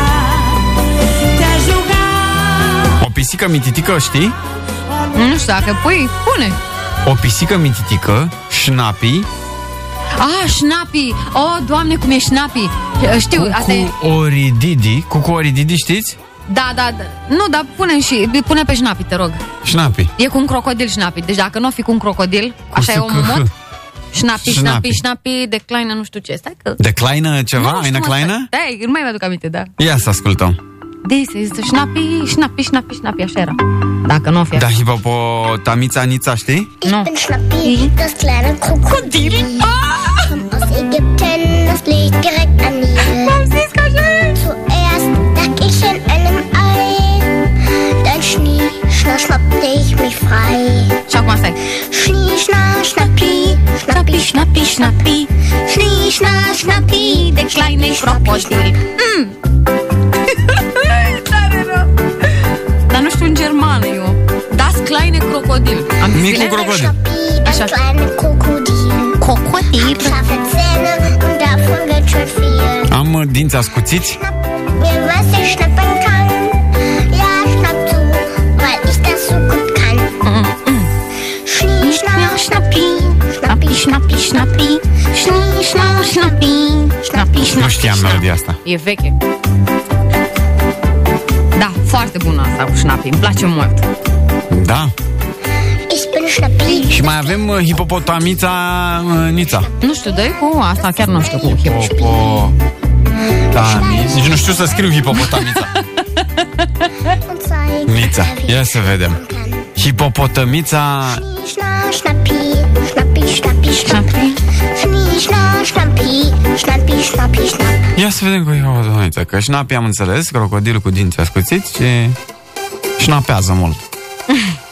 Speaker 15: Te-a jucat
Speaker 2: O pisică mititică, știi?
Speaker 3: Nu știu, dacă pui, pune.
Speaker 2: O pisică mititică, șnapi,
Speaker 3: Ah, șnapi! O, oh, doamne, cum e șnapi! Știu, asta e...
Speaker 2: cu orididi, cu cu orididi, știți?
Speaker 3: Da, da, da. Nu, dar pune și... Pune pe șnapi, te rog.
Speaker 2: Șnapi.
Speaker 3: E cu un crocodil șnapi. Deci dacă nu o fi cu un crocodil, așa e omul
Speaker 2: SKH.
Speaker 3: mort. Șnapi,
Speaker 2: Șnapi.
Speaker 3: șnapi, șnapi, declină, nu știu ce. Stai că...
Speaker 2: Declină ceva?
Speaker 3: Nu știu,
Speaker 2: Aina
Speaker 3: mă,
Speaker 2: Kleiner?
Speaker 3: stai, nu mai mi-aduc aminte, da.
Speaker 2: Ia să ascultăm.
Speaker 3: This is the șnapi, șnapi, șnapi, șnapi, așa era. Dacă nu o fi
Speaker 2: Da, hipopotamița Nița, știi?
Speaker 3: Nu.
Speaker 19: bin Schnappi, das kleine Krokodil. Komm aus Ägypten, das liegt direkt am Nil. Zuerst lag ich in einem Ei, dann schnie, schnapp, schnappte ich mich frei.
Speaker 3: Și acum stai.
Speaker 19: Schnie, schnapp, schnappi, schnappi,
Speaker 3: schnappi, schnappi.
Speaker 19: Schnie, schnapp, schnappi, der kleine Krokodil.
Speaker 3: Mm. Tare rău. Dar nu știu în germană eu. Das kleine krokodil. Am zis
Speaker 2: Micu
Speaker 3: bine?
Speaker 2: crocodil.
Speaker 19: Das kleine Krokodil. Krokodil? Scharfe Zähne und davon ganz schön viel.
Speaker 2: Am uh, dinți ascuțiți?
Speaker 19: mir was ich schnappen kann. Ja, schnapp zu, weil ich das so gut kann.
Speaker 3: Mm,
Speaker 19: Schnie, schnau, schnappi, schnappi, schnappi, schnappi, schnie, schnau, schnappi, schnappi,
Speaker 2: Nu
Speaker 19: schnappi.
Speaker 2: știam melodia asta.
Speaker 3: E veche. Da, foarte bună asta cu șnapi. Îmi place mult.
Speaker 2: Da.
Speaker 19: Ich bin schnappi.
Speaker 2: Și mai avem uh, hipopotamița uh, Nița.
Speaker 3: Nu știu, dă cu asta, chiar nu știu cu hip
Speaker 2: Hipopo... Da, nici nu știu să scriu hipopotamița.
Speaker 19: Und zeig,
Speaker 2: Nița. Ia să vedem. Hipopotamița...
Speaker 19: schnau, schnappi, schnappi, schnappi, schnappi, schnie, schnau, schnappi, schnappi, schnappi, schnapp.
Speaker 2: Ia să vedem cu hipopotamița, că șnapi am înțeles, crocodilul cu dinți ascuțiți și șnapează mult.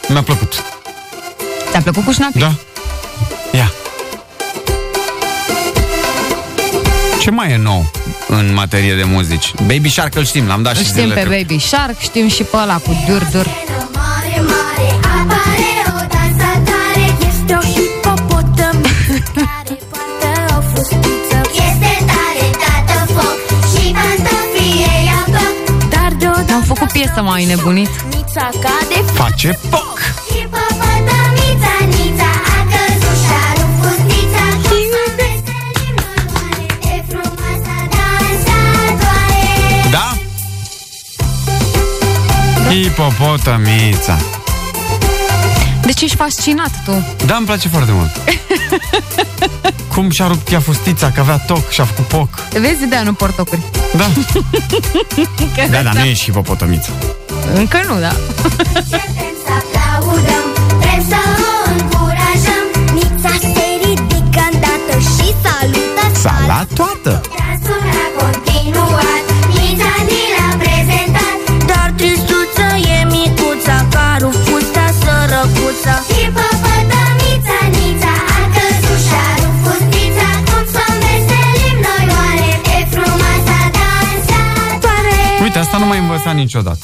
Speaker 2: Mi-a plăcut.
Speaker 3: Ți-a plăcut cu șnapi?
Speaker 2: Da. Ia. Ce mai e nou în materie de muzici? Baby Shark îl știm, l-am dat și
Speaker 3: Știm
Speaker 2: zilele
Speaker 3: pe
Speaker 2: trecute.
Speaker 3: Baby Shark, știm și pe ăla cu dur dur.
Speaker 15: Mare, mare, apare o dansatoare Este o hipopotamiță Care poartă o fustiță Este tare, tată foc Și pantofii ei au bloc Dar deodată
Speaker 3: Am făcut piesă mai nebunit.
Speaker 15: Nița cade
Speaker 2: Face poc!
Speaker 15: Hipopotamița, nița A căzut și-a rupt fustița Cum să peste limba E frumoasa dansatoare
Speaker 2: Da?
Speaker 3: Da.
Speaker 2: Hipopotamița.
Speaker 3: Deci ești fascinat tu.
Speaker 2: Da, îmi place foarte mult. Cum și-a rupt ea fustița, că avea toc și-a făcut poc.
Speaker 3: Vezi, de nu port tocuri.
Speaker 2: Da,
Speaker 3: Că
Speaker 2: da, dar nu e și hipopotamița.
Speaker 3: Încă nu, da.
Speaker 15: Să aplaudăm, vrem să o încurajăm Nița se ridică îndată și salută
Speaker 2: S-a luat toată.
Speaker 15: Dansul a continuat, Nița ni l-a prezentat Dar tristuță e micuța, caru fusta sărăcuța Hipopotamița, Nița a căzut și-a rupt fustița Cum să înveselim noi oare pe frumoasa dansatoare
Speaker 2: Uite, asta nu m-ai învățat niciodată.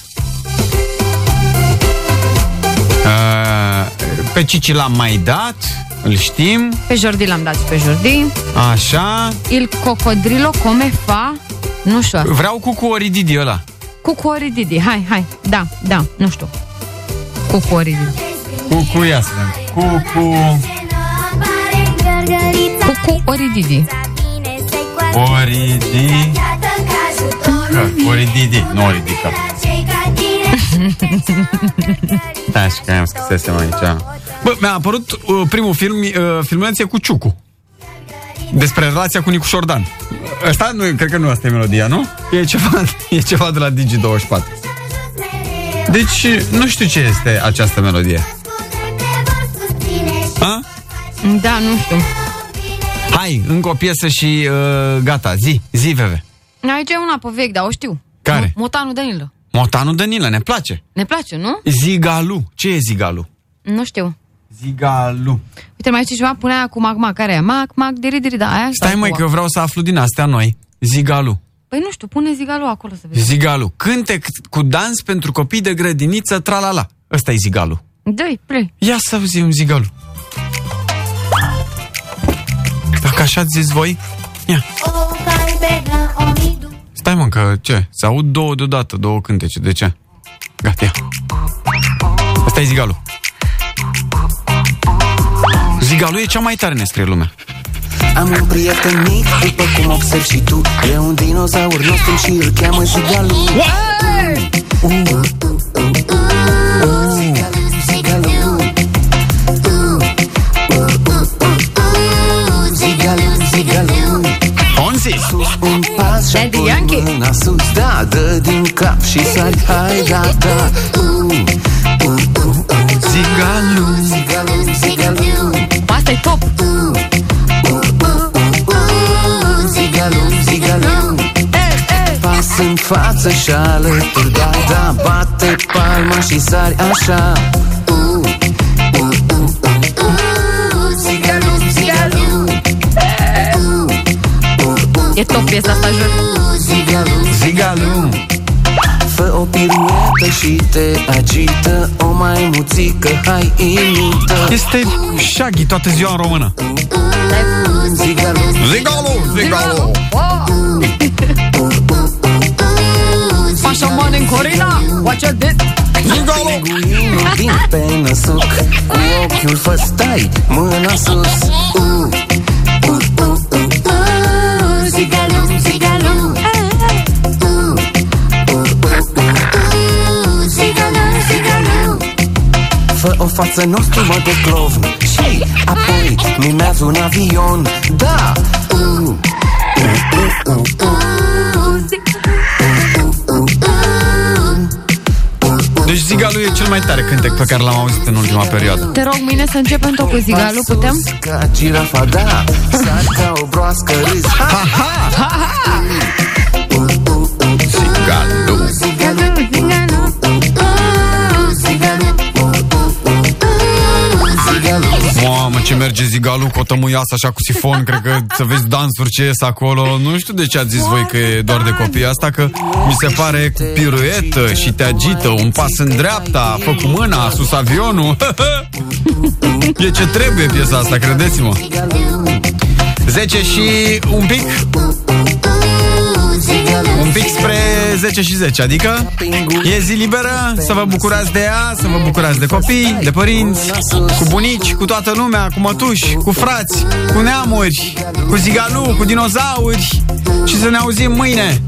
Speaker 2: Uh, Pe Cici l-am mai dat, îl știm,
Speaker 3: Pe Jordi l-am dat și pe Jordi.
Speaker 2: așa.
Speaker 3: Il cocodrilo come fa... Nu știu asta.
Speaker 2: Vreau cu cu orididi ăla.
Speaker 3: Cu Cori Didi, hai, hai. Da, da, nu știu. Cu Cori Didi.
Speaker 2: Cu cu ia să vedem. Cu cu
Speaker 3: Cu cu Ori Didi.
Speaker 2: oridi... Că, Orididi, nu oridică. Da, și că am scrisesem aici. Bă, mi-a apărut uh, primul film, uh, filmulețe cu Ciucu. Despre relația cu Nicu Șordan. Asta nu, e- cred că nu asta e melodia, nu? E ceva, e ceva de la Digi24. Deci, nu știu ce este această melodie. A?
Speaker 3: Da, nu știu.
Speaker 2: Hai, încă o piesă și uh, gata. Zi, zi, Veve.
Speaker 3: Aici e una pe vechi, dar o știu.
Speaker 2: Care?
Speaker 3: Motanul Danilă.
Speaker 2: Motanu Danilă, ne place.
Speaker 3: Ne place, nu?
Speaker 2: Zigalu. Ce e Zigalu?
Speaker 3: Nu știu.
Speaker 2: Zigalu.
Speaker 3: Uite, mai știi ceva? Pune aia cu magma. Care e? Mac, mac, diri, diri, da. Aia
Speaker 2: Stai
Speaker 3: sau
Speaker 2: măi
Speaker 3: cu-
Speaker 2: că eu vreau să aflu din astea noi. Zigalu.
Speaker 3: Păi nu știu, pune zigalu acolo să vedem.
Speaker 2: Zigalu. Cântec cu dans pentru copii de grădiniță, tralala. Ăsta e Zigalu.
Speaker 3: Dă-i, play.
Speaker 2: Ia să auzim Zigalu. Dacă așa ați zis voi, ia. Stai mă că ce? Se aud două deodată, două cântece. De ce? Gata, ia. Asta e Zigalu. Zigalu e cea mai tare, ne scrie lumea.
Speaker 8: Am un prieten mic, după cum observi și tu E un dinozaur nostru și îl cheamă Zigalu Uh, uh, Zigalu. Uh, uh, uh, uh, Zigalu, Zigalu. Sus un pas și apoi mâna sus Da, dă din cap și sari Hai, da, da Uh, uh, uh, uh. Zigalu, Zigalu, Zigalu
Speaker 3: Asta e top.
Speaker 8: Zigalu, zigalu Pas în față și alături Da, da, bate palma și sari așa Zigalu, zigalu
Speaker 3: E top piesa asta, jur.
Speaker 8: Zigalu, zigalu Fă o piruetă și te agită O mai muțică, hai imită
Speaker 2: Este Shaggy toată ziua în română.
Speaker 8: Zigalu,
Speaker 2: Zigalu, Zigalu.
Speaker 3: Pasha Man în Corina. Watch out this.
Speaker 8: Zigalu Pinguinul din pe năsuc Cu ochiul făstai, mâna sus Uh, uh, uh, uh, uh, Zigalu, zigalu Uh, uh, uh, uh, uh, Zigalu, zigalu Fă o față nostru, mă, de clovn Și apoi mimează un avion Da! Uh, uh, uh, uh, uh.
Speaker 2: Deci Zigalu e cel mai tare cântec pe care l-am auzit în ultima perioadă.
Speaker 3: Te rog mâine să începem tot cu zigalu, putem?
Speaker 8: Ca girafa, da Sar ca o broască, râs Ha, ha,
Speaker 3: Ha, ha!
Speaker 8: Zigalu Zigalu, zigalu Zigalu Zigalu
Speaker 2: Mamă, ce merge Zigalu cu o tămâiasă așa cu sifon, cred că să vezi dansuri ce ies acolo. Nu știu de ce ați zis voi că e doar de copii asta, că mi se pare piruetă și te agită, un pas în dreapta, fă cu mâna, sus avionul. e ce trebuie piesa asta, credeți-mă. 10 și un pic, un pic spre 10 și 10, adică e zi liberă, să vă bucurați de ea, să vă bucurați de copii, de părinți, cu bunici, cu toată lumea, cu mătuși, cu frați, cu neamuri, cu zigalu, cu dinozauri și să ne auzim mâine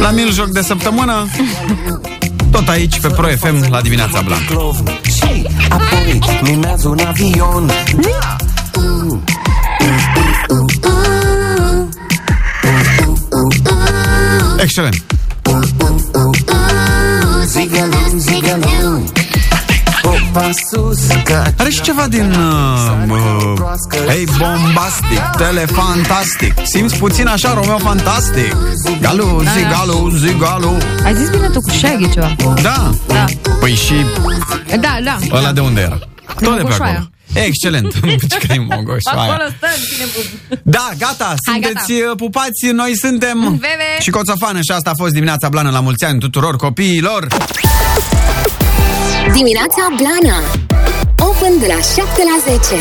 Speaker 2: la mil joc de săptămână, tot aici pe Pro FM la dimineața blană.
Speaker 8: Și apoi mimează un avion Da! Uh, uh, uh, uh, uh.
Speaker 2: Excelent!
Speaker 8: Zigalu, zigalu Popa sus ca
Speaker 2: Are și ceva din... Uh, uh, hey, bombastic, telefantastic. Simți puțin așa, Romeo fantastic. Galu,
Speaker 3: Da,
Speaker 2: zigalu, zigalu.
Speaker 3: Ai zis bine tu cu Shaggy ceva.
Speaker 2: Da.
Speaker 3: Da.
Speaker 2: Păi și
Speaker 3: Da, da.
Speaker 2: ăla de unde era? Tot de pe
Speaker 3: Mogoșoaia.
Speaker 2: acolo. Excelent. Ce că e Mogoșoaia.
Speaker 3: Acolo stăm, cine bun.
Speaker 2: Da, gata,
Speaker 3: Hai,
Speaker 2: sunteți gata. pupați, noi suntem
Speaker 3: Veve.
Speaker 2: și Coțofană și asta a fost dimineața blană la mulți ani tuturor copiilor.
Speaker 1: Dimineața Blana Open de la 7 la 10